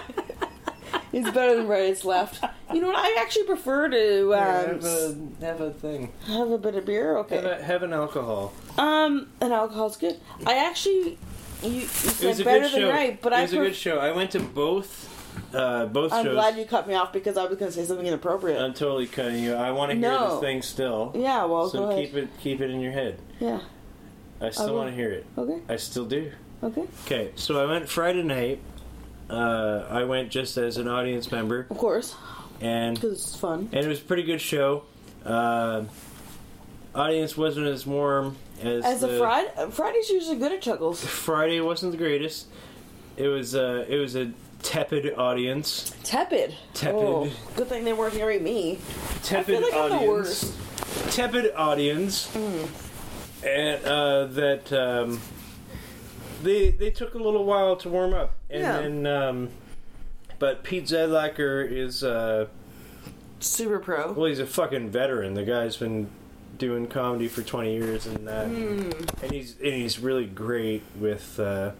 it's better than right. It's left. You know what? I actually prefer to um,
have,
s-
a, have a thing.
have a bit of beer.
Have,
Okay.
a, have an alcohol.
Um, and alcohol's good. I actually. You, you
It was
said
a
better
good
than
show.
right, but
it
I
was a
pref-
good show. I went to both uh, both
I'm
shows.
glad you cut me off because I was going to say something inappropriate.
I'm totally cutting you. I want to hear
No.
this thing still.
yeah, well, go
so
ahead.
keep it keep it in your head.
Yeah.
I still
will.
want to hear it.
Okay.
I still do.
Okay.
Okay, so I went Friday night. Uh, I went just as an audience member,
Of course,
and
because it's fun.
and it was a pretty good show. Uh, audience wasn't as warm as
As
the-
a Friday, Friday's usually good at Chuckles.
Friday wasn't the greatest. It was a it was a tepid audience.
Tepid. Oh,
Tepid.
good thing they weren't hearing me.
Tepid
like I'm the
audience.
worst.
Tepid audience. And uh, that um, they they took a little while to warm up, and
Yeah.
then um, but Pete Zedlacker is uh,
Super pro.
well, he's a fucking veteran. The guy's been doing comedy for twenty years, and that,
Hmm.
and he's and he's really great with uh,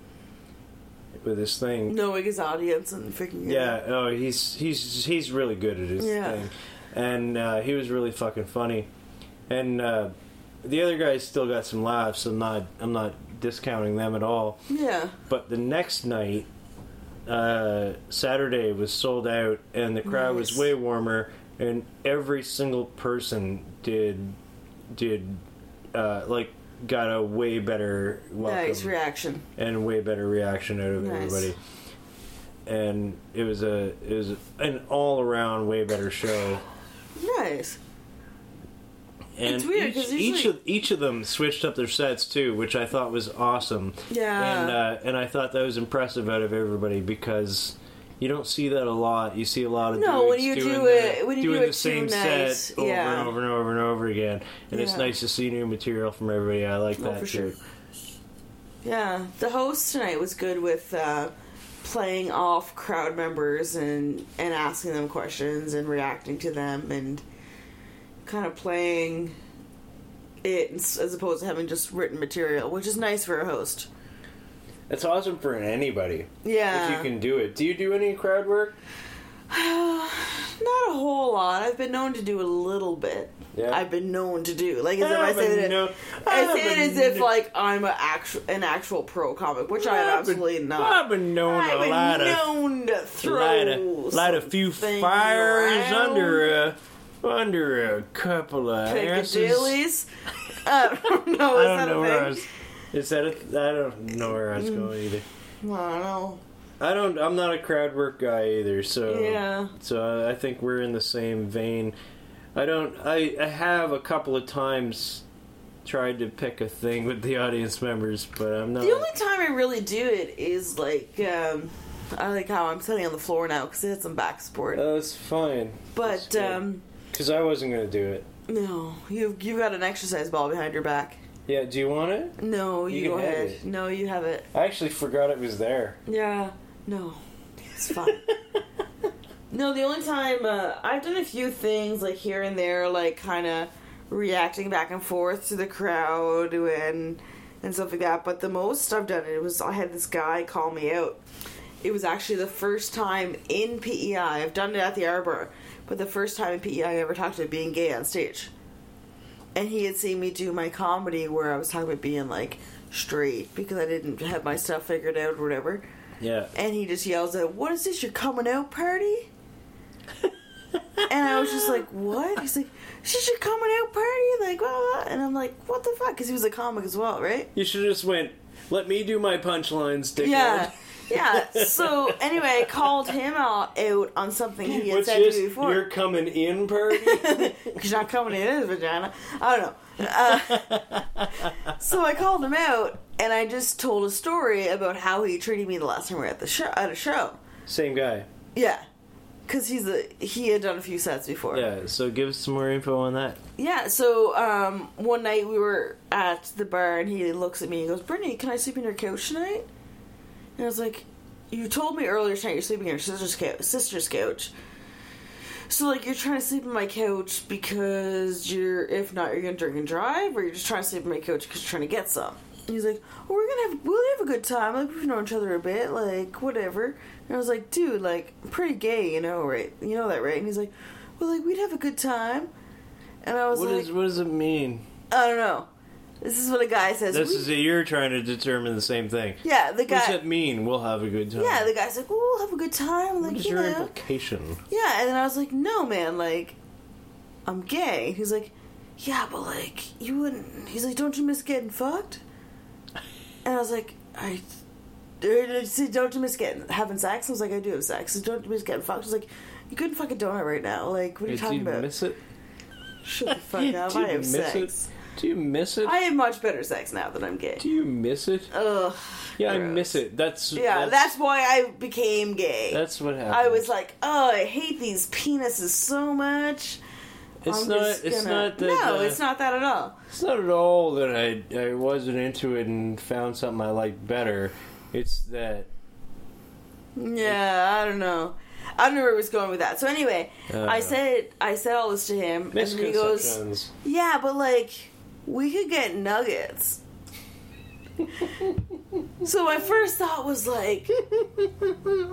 with this thing.
Knowing his audience and figuring
Yeah, no, he's he's he's really good at his
Yeah.
thing, and uh, he was really fucking funny, and uh, the other guys still got some laughs. I'm not I'm not discounting them at all.
Yeah.
But the next night, uh, Saturday was sold out, and the crowd was
Nice.
way warmer, and every single person did did uh, like got a way better welcome
Nice reaction.
and way better reaction out of
Nice.
everybody. And it was a it was an all around way better show.
Nice.
And
It's weird,
each,
'cause
each
usually-
of each of them switched up their sets too, which I thought was awesome.
Yeah.
and uh, and I thought that was impressive out of everybody because you don't see that a lot. You see a lot of
No, when
dudes
you do
doing
it-
the,
when you
doing
do it
the same
too nice,
set over
yeah.
and over and over and over again, and it's
Yeah.
nice to see new material from everybody. I like
Oh,
that
for
too.
sure. Yeah, the host tonight was good with uh, playing off crowd members and and asking them questions and reacting to them and kind of playing it as as opposed to having just written material, which is nice for a host.
It's awesome for anybody
Yeah,
if you can do it. Do you do any crowd work?
not a whole lot. I've been known to do a little bit.
Yeah.
I've been known to do like as if I
I've
say
been
that.
no-
I
I've
say it
been
as if
no-
like I'm a actual an actual pro comic, which I'm
I've been-
absolutely not.
I've been known
I've
a
been
lot of
known to throw
light a, light a few
something
fires
around.
under a under a couple of asses. [LAUGHS]
Piccadillys. I don't know.
I
Is
don't
that
know
a
where
thing? Mm.
I was. Is that a, I don't know where I was going either.
I don't know.
I don't. I'm not a crowd work guy either. So
Yeah.
So I- I think we're in the same vein. I don't. I, I have a couple of times tried to pick a thing with the audience members, but I'm not.
The only time I really do it is like um, I like how I'm sitting on the floor now because I had some back support.
Oh, it's fine.
but um,
because I wasn't gonna do it.
no, you've you've got an exercise ball behind your back.
Yeah. Do you want it?
No, you,
You can
go
have
ahead.
it.
No, you have it.
I actually forgot it was there.
Yeah. No. It's [LAUGHS] fine. no, the only time uh, I've done a few things like here and there, like kind of reacting back and forth to the crowd and and stuff like that. But the most I've done it was I had this guy call me out. It was actually the first time in PEI. I've done it at the Arbor, but the first time in PEI I ever talked to being gay on stage and he had seen me do my comedy where I was talking about being like straight because I didn't have my stuff figured out or whatever.
Yeah.
And he just yells out, "What is this? Your coming out party?" and I was just like, "What?" He's like, "This is your coming out party?" Like, blah, blah. and I'm like, "What the fuck?" Because he was a comic as well, right?
You should just went. Let me do my punchlines, dickhead.
Yeah. Yeah. So anyway, I
[LAUGHS]
called him out, out on something he had
What's
said
this?
to me before.
You're coming in party?
[LAUGHS] He's not coming in his vagina. I don't know. Uh, so I called him out, and I just told a story about how he treated me the last time we were at the show. At a show,
[LAUGHS] Same guy.
yeah, because he's a he had done a few sets before.
Yeah. So give us some more info on that.
Yeah, So um, one night we were at the bar, and he looks at me and goes, "Brittany, can I sleep on your couch tonight?" And I was like, "You told me earlier tonight you're sleeping on your sister's couch." Sister's couch. So like you're trying to sleep on my couch because you're if not you're gonna drink and drive or you're just trying to sleep on my couch because you're trying to get some. And he's like, oh, we're gonna have we'll have a good time. Like we've known each other a bit, like whatever. And I was like, dude, like I'm pretty gay, you know, right? You know that, right? And he's like, well, like we'd have a good time. And I was
What
like,
is? What does it mean?
I don't know. This is what a guy says.
This
"We-"
is you're trying to determine the same thing.
yeah, the
What does
guy.
it mean? We'll have a good time.
Yeah, the guy's like, well, we'll have a good time. Like
What is
you
your
know.
implication?
Yeah, and then I was like, no, man, like, I'm gay. He's like, yeah, but like, you wouldn't. He's like, don't you miss getting fucked? And I was like, I. I said, Don't you miss getting having sex? I was like, I do have sex. He's, Don't you miss getting fucked? He's like, you couldn't fuck a donut right now. Like, what are you
Did
talking
you
about?
miss it?
Shut the
[LAUGHS]
fuck up.
Do you
I have
miss
sex.
it? Do you miss it?
I have much better sex now that I'm gay.
Do you miss it?
Ugh.
Yeah, I
gross.
miss it. That's
Yeah,
That's,
that's, why I became gay.
that's what happened.
I was like, oh, I hate these penises so much.
It's
I'm
not.
just
It's
gonna-
not that.
no,
uh,
it's not that at all.
It's not at all that I I wasn't into it and found something I liked better. It's that
Yeah, I don't know. I don't know where I was going with that. So anyway,
Uh,
I said I said all this to him, and he goes,
misconceptions.
"Yeah, but like, we could get nuggets." so my first thought was like,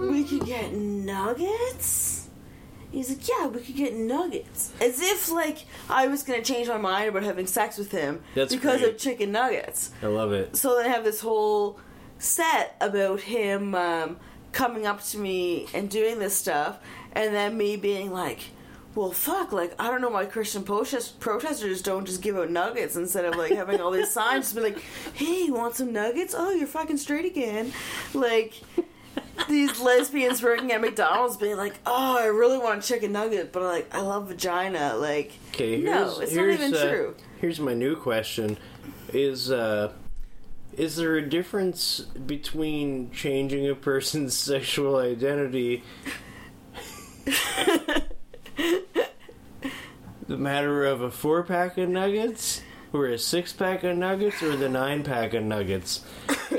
"We could get nuggets." He's like, "Yeah, we could get nuggets," as if like I was gonna change my mind about having sex with him
That's
because
great.
of chicken nuggets.
[LAUGHS] I love it.
so they have this whole set about him um, coming up to me and doing this stuff, and then me being like, well, fuck, like, I don't know why Christian protest- protesters don't just give out nuggets instead of, like, having all these signs to be like, hey, you want some nuggets? Oh, you're fucking straight again. Like, these lesbians working at McDonald's being like, oh, I really want a chicken nugget, but, like, I love vagina. Like,
Okay, here's,
no, it's not
here's,
even
uh,
true.
Here's my new question: Is uh, is there a difference between changing a person's [LAUGHS] sexual identity?
[LAUGHS]
the matter of a four pack of nuggets, or a six pack of nuggets, or the nine pack of nuggets?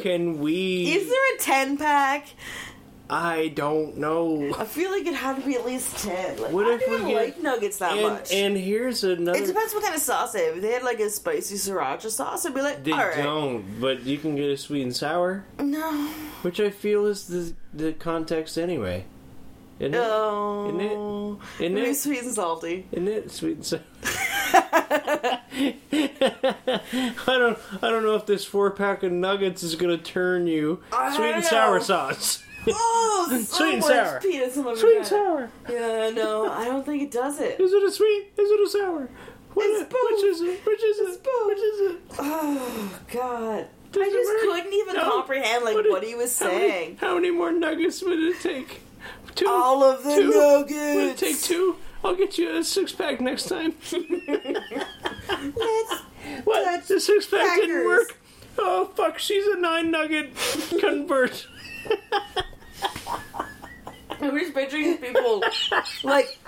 Can we?
Is there a 10 pack?
I don't know.
I feel like it had to be at least 10. Like,
What
I
if
don't
we
even
get-
like nuggets that
And,
much.
and here's another.
it depends what kind of sauce they have. If they had like a spicy sriracha sauce, I'd be like,
they
all right.
don't, but you can get a sweet and sour.
No.
Which I feel is the the context anyway. Isn't it?
Oh. No.
Isn't it? Isn't
Maybe
it?
sweet and
[LAUGHS]
salty.
Isn't it sweet and sour? I don't I don't know if this four pack of nuggets is gonna turn you
I
sweet
don't
and sour
know. [LAUGHS]
sauce.
Oh, so
Sweet and
much
sour.
Penis in my
Sweet and
vagina.
sour.
Yeah, no, I don't think it does it.
Is it a sweet? Is it a sour? What,
It's both.
Which is it? Which is it? Which is it?
Oh God,
Does
I
it
just
work?
couldn't even
No.
comprehend like what,
did-
he was
how many-
saying.
How many, more nuggets would it take? Two.
All of the
Two. Would it
nuggets.
take two? I'll get you a six pack next
[LAUGHS]
time.
Let's-
What?
That's
the six pack didn't
crackers.
work. Oh fuck! She's a nine nugget
[LAUGHS]
convert.
I'm just picturing these people [LAUGHS] like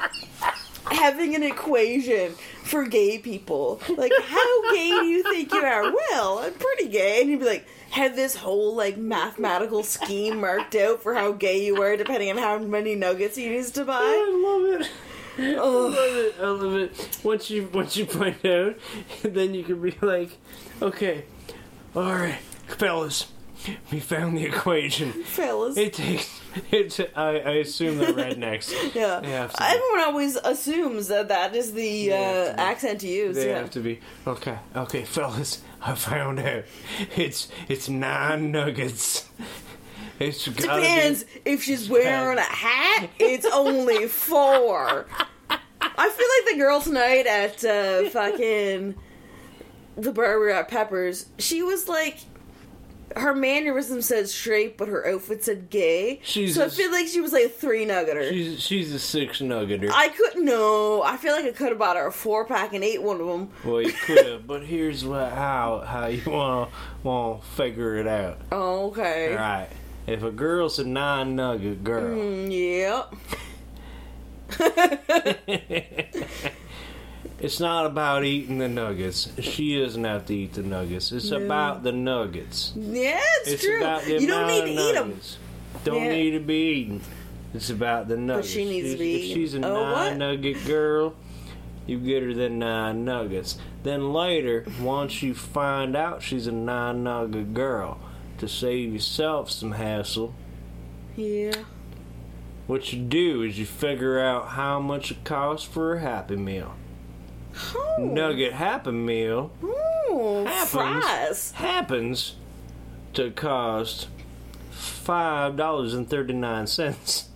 having an equation for gay people. Like, how gay do you think you are? Well, I'm pretty gay, and you'd be like, have this whole like mathematical scheme marked out for how gay you were, depending on how many nuggets you used to buy.
I love it. I
Ugh.
love it. I love it. Once you once you find out, [LAUGHS] then you can be like, okay, all right, fellas, we found the equation.
Fellas,
It takes. It's. I, I assume they're rednecks.
[LAUGHS] yeah,
They have to.
everyone always assumes that that is the
have
uh,
to be.
accent to use.
They
yeah.
have to be okay. Okay, fellas, I found out. It's it's nine nuggets. It's gotta
Depends if she's wearing a hat. It's only four. I feel like the girl tonight at uh, fucking the bar we were at Peppers. She was like, her mannerism said straight, but her outfit said gay.
She's
so I
just-
feel like she was like a three
Be,
nuggeter.
she's she's a six nuggeter.
I couldn't know. I feel like I could have bought her a four pack and ate one of them.
well, you could have, but here's what how how you [LAUGHS] want want to figure it out.
Oh, okay.
All right, if a girl's a nine nugget girl,
Mm, yep.
[LAUGHS] it's not about eating the nuggets. She doesn't have to eat the nuggets. It's about the nuggets.
Yeah, it's,
It's
true.
about the
You don't
amount
need
of
to eat them.
nuggets. Don't
Yeah.
need to be eating. It's about the nuggets.
she needs to
If-
be
If she's a
eating. Oh, what?
nine nugget girl, you get her the nine nuggets. Then later, once you find out she's a nine nugget girl, to save yourself some hassle,
Yeah.
what you do is you figure out how much it costs for a Happy Meal.
Oh.
Nugget Happy Meal
Ooh,
Happens.
fries.
happens to cost five dollars and thirty nine cents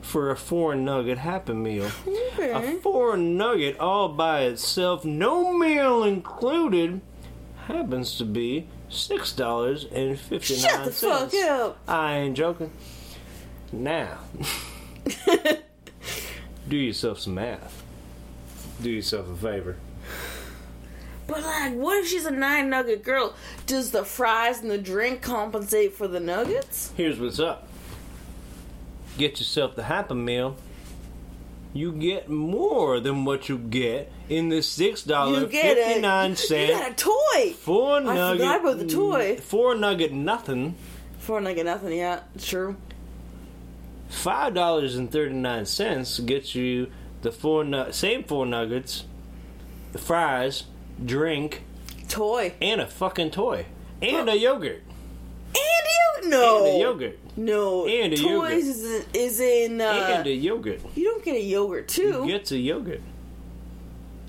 for a four nugget happy meal. A
Okay.
four nugget all by itself, no meal included, happens to be six dollars and fifty nine cents.
Shut the fuck up.
I ain't joking. Now, do yourself some math. Do yourself a favor.
[LAUGHS] But like, what if she's a nine nugget girl? Does the fries and the drink compensate for the nuggets?
Here's what's up. Get yourself the Happy Meal. You get more than what you get in the six dollar
You get it.
fifty nine
You got a
cent
toy.
four
forgot
nugget Mm.
about the toy.
four nugget nothing
For a nugget, nothing. Yeah, true.
five dollars and thirty nine cents gets you the four nu- same four nuggets, fries, drink,
Toy.
and a fucking toy and
Oh.
a yogurt
And you
and
no.
a yogurt
No.
And a
toys
yogurt.
is is in. Uh,
and a yogurt.
you don't get a yogurt
You
too.
get a yogurt.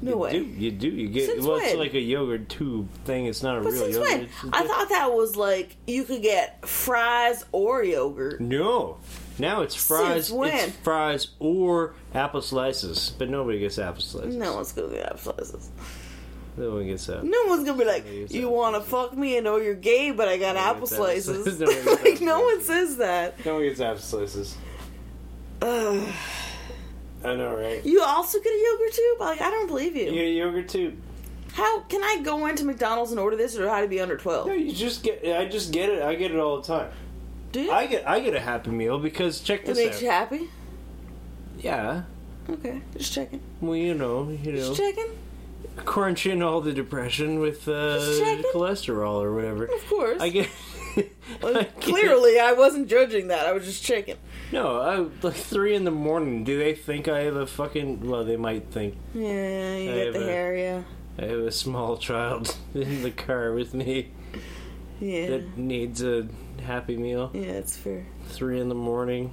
no
you
way.
Do, you do. You get.
Since
well, it's
when?
like a yogurt tube thing. It's not a
But
real
since
yogurt.
when?
It's just
I
a-
thought that was like you could get fries or yogurt.
No, Now it's fries.
Since when?
It's fries or apple slices, but nobody gets apple slices.
No one's gonna get apple slices.
no one gets that.
No one's gonna be like,
Nobody gets
"You
apple
want to fuck me and oh, you're gay, but I got
Nobody
apple
gets apple
slices."
slices. [LAUGHS]
[LAUGHS]
No one gets
like
apple
no one
slices.
says that.
No one gets apple slices.
Ugh.
I know, right?
You also get a yogurt tube? Like I don't believe you.
You get a yogurt too.
How can I go into McDonald's and order this, or how to be under twelve?
No, you just get. I just get it. I get it all the time.
Do you?
I get. I get a happy meal because check
it
this
makes
out.
you happy.
yeah.
Okay, just checking.
Well, you know, you know,
Just checking.
crunch in all the depression with uh,
Just checking.
cholesterol or whatever.
Of course.
I get. [LAUGHS] I get-
Clearly, I wasn't judging that. I was just checking.
No, I, like three in the morning. Do they think I have a fucking? Well, they might think
Yeah, you
I
get the
have a-
hair. Yeah,
I have a small [LAUGHS] child in the car with me
yeah,
that needs a happy meal.
yeah. It's fair.
Three in the morning.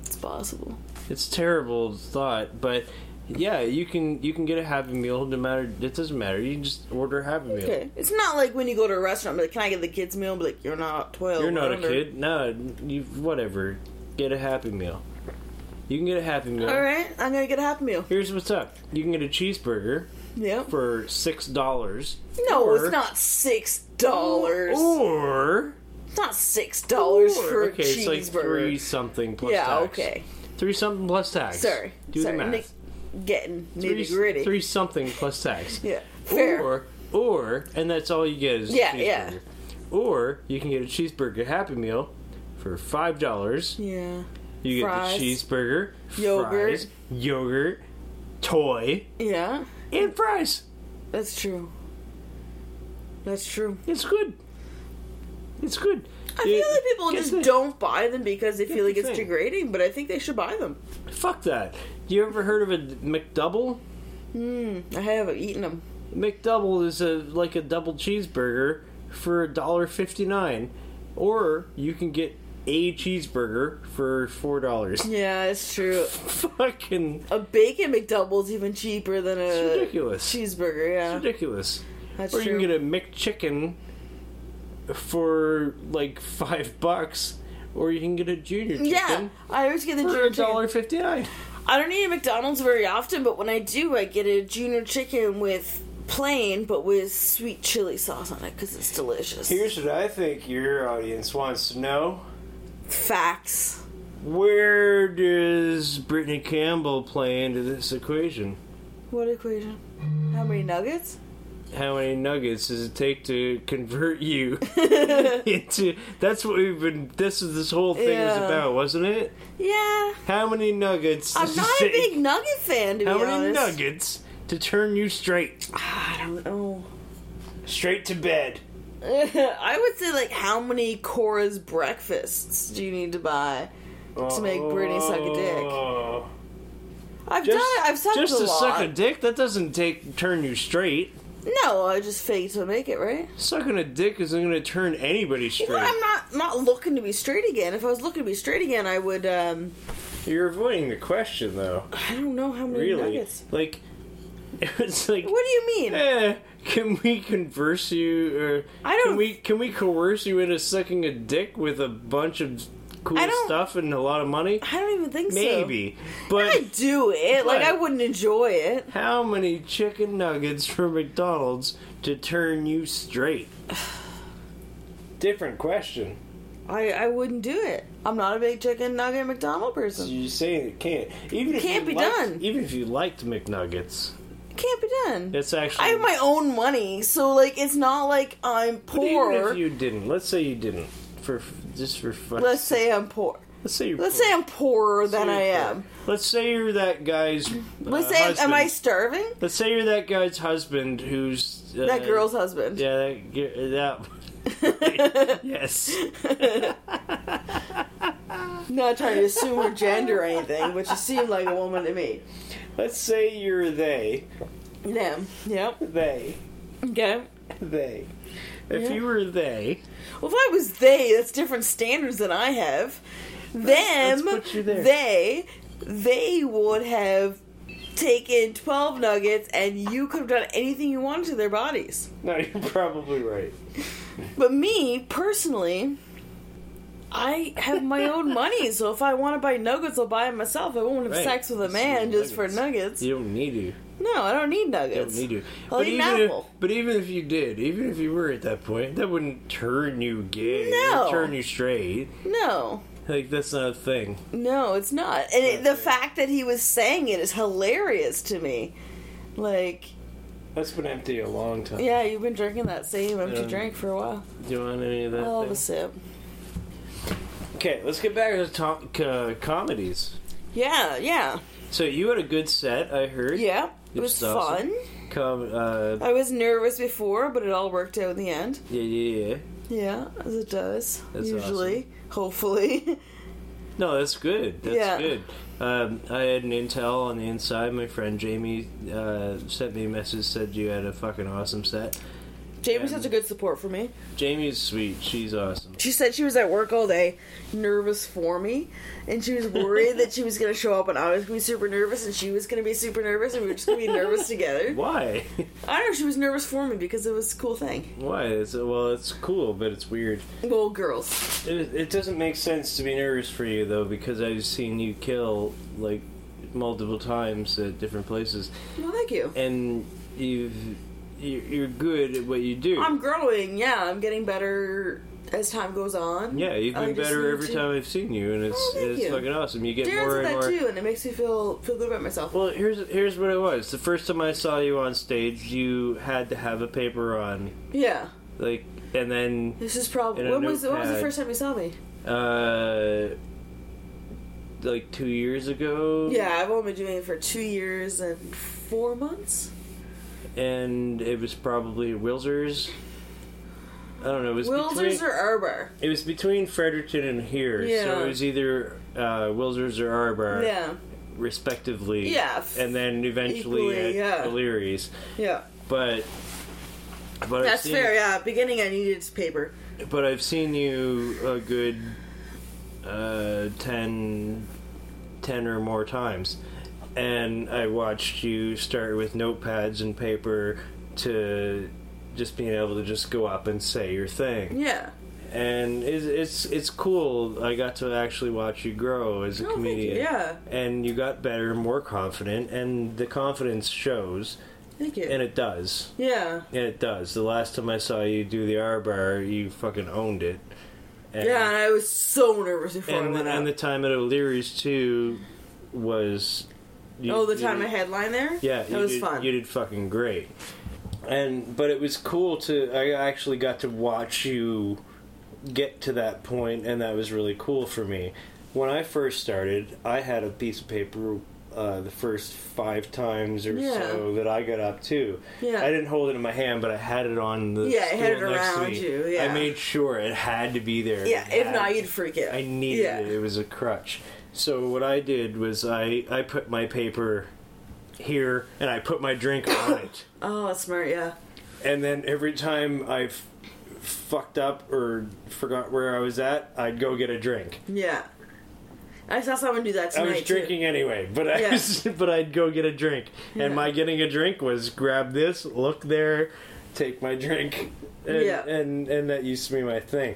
It's possible.
It's terrible thought, but yeah, you can you can get a happy meal. No matter it doesn't matter. You can just order a happy meal.
Okay, it's not like when you go to a restaurant, be like, "Can I get the kids' meal?" Be like, "You're not twelve.
You're not a
Under-
kid. No, you whatever. Get a happy meal. You can get a happy meal.
All right, I'm gonna get a happy meal. [LAUGHS]
Here's what's up. You can get a cheeseburger
Yep.
for six dollars.
no, it's not six dollars.
Or
It's not six dollars
or-
for
okay,
a cheeseburger.
it's like three something plus
yeah.
tax.
Okay.
Three something plus tax.
Sorry.
Do
Sorry.
the math.
Nick, getting
Three-
nitty gritty.
Three something plus tax.
Yeah. [LAUGHS] Fair.
Or or and that's all you get is a
Yeah,
cheeseburger.
yeah.
Or you can get a cheeseburger happy meal for five dollars.
yeah.
You get
Fries.
the cheeseburger,
Yogurt.
fries, yogurt, toy,
Yeah.
and fries.
That's true. That's true.
It's good. It's good.
I feel like people just don't buy them because they feel
Here's
like
the
it's
thing.
degrading, but I think they should buy them.
Fuck that. You ever heard of a McDouble?
I haven't eaten them.
McDouble is a like a double cheeseburger for a dollar fifty nine, or you can get a cheeseburger for four dollars. [LAUGHS]
Yeah, it's true.
Fucking
A bacon McDouble's even cheaper than a
It's ridiculous.
cheeseburger. Yeah,
ridiculous.
Uh, that's
or
true.
you can get a McChicken for like five bucks, or you can get a junior chicken
yeah, I always get the
for
junior
a
chicken.
dollar fifty nine.
I don't eat at McDonald's very often, but when I do, I get a junior chicken with plain, but with sweet chili sauce on it because it's delicious.
what I think your audience wants to know:
facts.
Where does Brittany Campbell play into this equation?
What equation? How many nuggets? [LAUGHS]
how many nuggets does it take to
[LAUGHS]
convert you into that's what we've been this is this whole thing was
Yeah.
about wasn't it
Yeah,
how many nuggets
I'm
does
not
it
a
take-
big nugget fan to
how
be
many
honest. Ah,
nuggets to turn you straight
I don't know. [LAUGHS]
straight to bed
I would say like how many Cora's breakfasts do you need to buy?
to
make Brittany suck a dick. I've
Oh. just,
done it. I've sucked
just
a
to
lot.
suck a dick that doesn't take turn you straight
no, I just fake to make it right.
sucking a dick isn't going to turn anybody straight
Well, I'm not not looking to be straight again. If I was looking to be straight again, I would. um
you're avoiding the question though
I don't know how many
really
nuggets.
like [LAUGHS] it's like
What do you mean?
Eh, can we converse you or
I don't-
can we can we coerce you into sucking a dick with a bunch of cool
I don't-
stuff and a lot of money?
I don't even think so.
Maybe.
I
But
do it. Like
But-
I wouldn't enjoy it.
how many chicken nuggets from McDonald's to turn you straight? Different question.
I I wouldn't do it. I'm not a big chicken nugget McDonald person.
You're saying it can't. Even if
Can't
you
be
liked-
done.
Even if you liked McNuggets,
Can't be done.
it's actually
I have my own money, so like it's not like I'm
But
poor.
Even if you didn't, let's say you didn't, for just for fun.
Let's say I'm poor.
let's say you.
Let's say I'm poorer than I
Say you're
am.
poor. Let's say you're that guy's. uh,
Let's say, am
husband.
I starving?
Let's say you're that guy's husband, who's uh,
that girl's husband.
Yeah, that. gi- that [LAUGHS]
[LAUGHS]
yes.
Not trying to assume her gender or anything, but she seemed like a woman to me.
Let's say you're they,
Them. Yep.
they,
Okay.
they. If
Yeah.
you were they,
Well, if I was they, that's different standards than I have. Them.
let's put you there.
They. They would have taken 12 nuggets and you could have done anything you wanted to their bodies.
no, you're probably right.
But me, personally, I have my own money, so if I want to buy nuggets, I'll buy them myself. I won't have
Right.
sex with a
Just
man
some
just for nuggets.
You don't need to.
No, I don't need
You don't
nuggets.
need to.
I'll
but
eat an
even if,
apple.
but even if you did, even if you were at that point, that wouldn't turn you gay. It wouldn't
No.
turn you straight.
No,
Like that's not a thing.
no, it's not. And it, the
Okay.
fact that he was saying it is hilarious to me. Like,
That's been empty a long time.
yeah, you've been drinking that same empty
Um,
drink for a while.
Do you want any of that?
I'll have
thing?
a sip.
Okay, let's get back to to- uh, comedies.
Yeah, yeah,
So you had a good set, I heard.
yeah. It
It's
was
awesome.
fun.
Com- uh,
I was nervous before, but it all worked out in the end.
yeah, yeah, yeah.
Yeah, as it does.
That's
usually, hopefully. [LAUGHS]
No, that's good. That's
Yeah.
good. Um, I had an intel on the inside. My friend Jamie uh, sent me a message said you had a fucking awesome set.
Jamie's
And-
such a good support for me.
Jamie's sweet. She's awesome.
She said she was at work all day, nervous for me, and she was worried that she was going to show up and I was going to be super nervous and she was going to be super nervous and we were just going to be nervous together.
Why? [LAUGHS]
I don't know, she was nervous for me because it was a cool thing.
Why? It's, well, it's cool, but it's weird.
Well, girls.
It, it doesn't make sense to be nervous for you though, because I've seen you kill like multiple times at different places,
Well, thank you.
and you've you- you're good at what you do.
I'm growing, yeah, I'm getting better as time goes on.
yeah, you've
I
been
just
better
need
every
to-
time I've seen you, and it's
Oh, thank
it's
you.
fucking awesome. You get
Darren
more
said
and
that
more.
too, and it makes me feel feel good about myself.
Well, here's here's what it was. The first time I saw you on stage, you had to have a paper on,
yeah,
like, and then
this is
In
probably
a
when was when was the
notepad.
first time you saw me?
uh, like two years ago.
Yeah, I've only been doing it for two years and four months.
and it was probably Wilzers. I don't know. It was
Wilders
between,
or Arbor?
it was between Fredericton and here, so
Yeah.
it was either uh, Wilzers or Arbor,
Yeah,
respectively.
Yeah, f-
and then eventually
equally,
at
yeah.
O'Leary's.
yeah.
But but I've
That's
seen,
fair. Yeah, beginning I needed paper.
But I've seen you a good uh, 10, 10 or more times, and I watched you start with notepads and paper to just being able to just go up and say your thing,
Yeah.
and it's it's, it's cool. I got to actually watch you grow as a
Oh, thank you.
comedian,
Yeah.
and you got better, more confident, and the confidence shows,
Thank you.
and it does.
yeah.
Yeah, it does. The last time I saw you do the R bar, you fucking owned it. And,
Yeah, and I was so nervous before I
and,
went
the, and the
out.
time at O'Leary's too was. You,
oh, the
you
time
did-
I headline there.
Yeah,
that
you
was
did,
fun.
You did fucking great. And but it was cool to. I actually got to watch you get to that point, and that was really cool for me. When I first started, I had a piece of paper. Uh, the first five times or
Yeah.
so that I got up to,
Yeah.
I didn't hold it in my hand, but I had it on the
Yeah, I had
stool
it
next to
around
me.
you, yeah.
I made sure it had to be there.
yeah.
It
If
had
not,
to
you'd freak out.
I needed
yeah.
it. It was a crutch. So what I did was I I put my paper here and I put my drink on it.
Oh, that's smart. Yeah.
And then every time I f- fucked up or forgot where I was at, I'd go get a drink.
Yeah. I saw someone do that
I
tonight.
was
too.
drinking anyway, but I
Yeah.
was, [LAUGHS] but I'd go get a drink.
Yeah.
And my getting a drink was grab this, look there, take my drink, and
Yeah.
and, and that used to be my thing.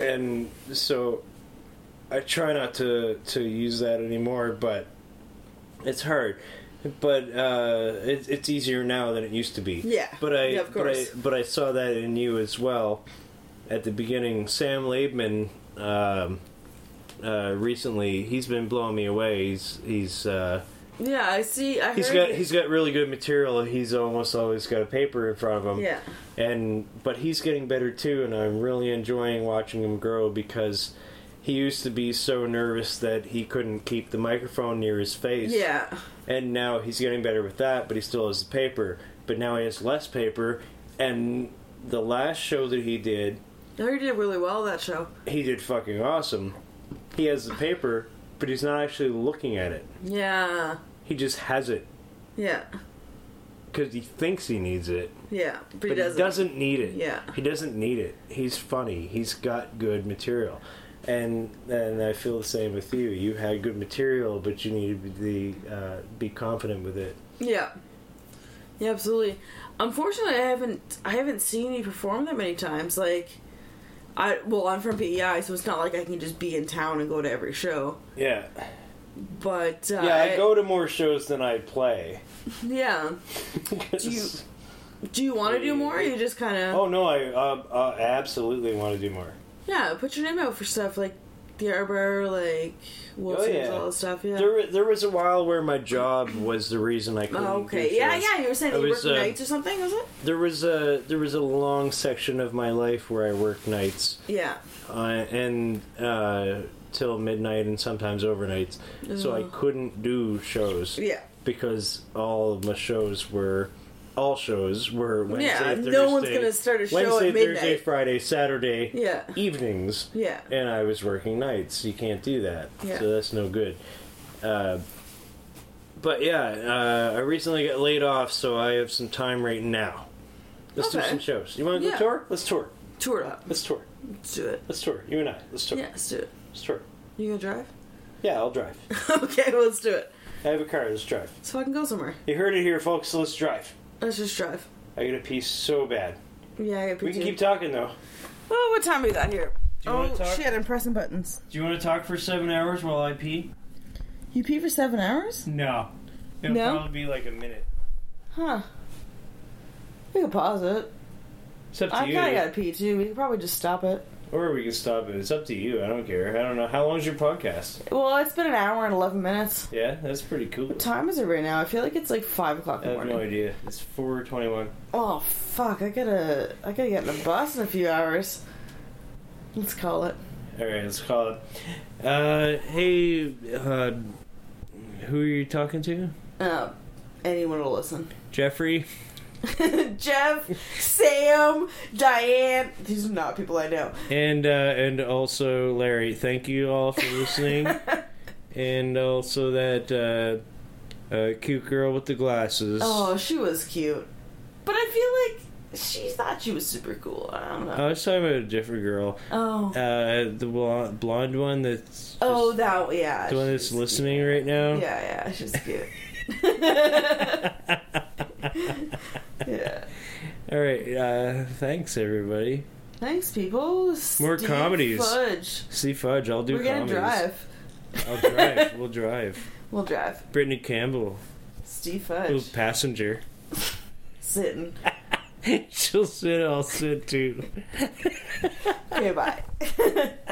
And so, I try not to to use that anymore, but it's hard. But uh, it, it's easier now than it used to be.
Yeah.
But I,
Yeah, of course.
But I, but I saw that in you as well. At the beginning, Sam Laidman, um, uh, recently, he's been blowing me away. He's he's uh,
Yeah, I see. I
he's
heard.
got
you.
he's got really good material. He's almost always got a paper in front of him.
Yeah.
And but he's getting better too, and I'm really enjoying watching him grow because he used to be so nervous that he couldn't keep the microphone near his face.
Yeah.
And now he's getting better with that, but he still has the paper. But now he has less paper. And the last show that he did,
I heard you did really well that show.
he did fucking awesome. He has the paper, but he's not actually looking at it.
Yeah.
He just has it
Yeah.
because he thinks he needs it,
Yeah. But,
but
he doesn't.
need it.
Yeah.
he doesn't need it. He's funny. He's got good material, and and I feel the same with you. You had good material, but you need to be uh, be confident with it.
Yeah. Yeah, absolutely. Unfortunately, I haven't I haven't seen you perform that many times. Like I well, I'm from PEI, so it's not like I can just be in town and go to every show.
Yeah.
But uh,
Yeah, I go to more shows than I play.
Yeah. Do you uh, do you want to do more? Or you just kind of
Oh no, I uh, uh, absolutely want to do more.
yeah, put your name out for stuff like the Arbor, like Wilson's,
Oh, yeah.
all that stuff. Yeah.
There, wa- there was a while where my job was the reason I couldn't.
Oh,
do
okay. Yeah,
shows.
yeah. You were saying
I
you
was,
worked
uh,
nights or something, was it?
There was a there was a long section of my life where I worked nights
Yeah.
uh, and uh, till midnight and sometimes overnights, so I couldn't do shows
Yeah.
because all of my shows were. All shows were Wednesday,
Yeah,
Thursday.
no one's gonna start a show
Wednesday,
at
Thursday,
midnight.
Friday, Saturday
Yeah.
evenings.
Yeah.
and I was working nights. You can't do that,
Yeah.
so that's no good. Uh, but yeah, uh, I recently got laid off, so I have some time right now. Let's do
Okay.
some shows. You want to
Yeah.
go tour? Let's tour.
Tour it up.
Let's tour.
Let's do it.
Let's tour. You and I. Let's tour.
Yeah, let's do it.
Let's tour.
You gonna drive? [LAUGHS]
Yeah, I'll drive.
okay, well, let's do it.
I have a car. Let's drive.
Let's fucking go somewhere.
You heard it here, folks. So let's drive.
Let's just drive.
I get a pee so bad.
Yeah, I got
We
PT.
can keep talking though.
Oh, what time we got here? Oh,
Do you wanna talk?
I'm pressing buttons.
Do you want to talk for seven hours while I pee?
You pee for seven hours?
No. It'll
No?
probably be like a minute.
Huh. We could pause it.
It's up to
I
you.
kinda gotta pee too. We could probably just stop it.
Or we can stop it. It's up to you. I don't care. I don't know. How long's your podcast?
Well, it's been an hour and 11 minutes.
Yeah, that's pretty cool.
What time is it right now? I feel like it's like 5 o'clock
I
in the
have
morning.
no idea. It's 421.
Oh, fuck. I gotta, I gotta get in the bus in a few hours. Let's call it.
Alright, let's call it. Uh, hey, uh, who are you talking to?
Uh, anyone will listen. [LAUGHS]
Jeffrey?
Jeff, Sam, Diane. These are not people I know.
And, uh, and also Larry. Thank you all for [LAUGHS]
[LAUGHS]
listening. and also that, uh, uh, cute girl with the glasses.
Oh, she was cute. But I feel like she thought she was super cool. I don't know.
I was talking about a different girl.
Oh.
Uh, the blonde, blonde one that's. just-
oh, that, yeah.
The one
she's
that's
cute.
listening right now.
Yeah, yeah,
[LAUGHS]
she's cute. yeah.
All right. Uh, thanks, everybody.
Thanks, people. Steve
comedies.
Fudge.
See Fudge. I'll do.
We're gonna
comedies.
drive. [LAUGHS]
I'll drive. we'll drive.
We'll drive.
Brittany Campbell,
Steve
little
Fudge.
passenger. [LAUGHS]
Sitting.
She'll sit. I'll sit too.
Okay, bye. [LAUGHS]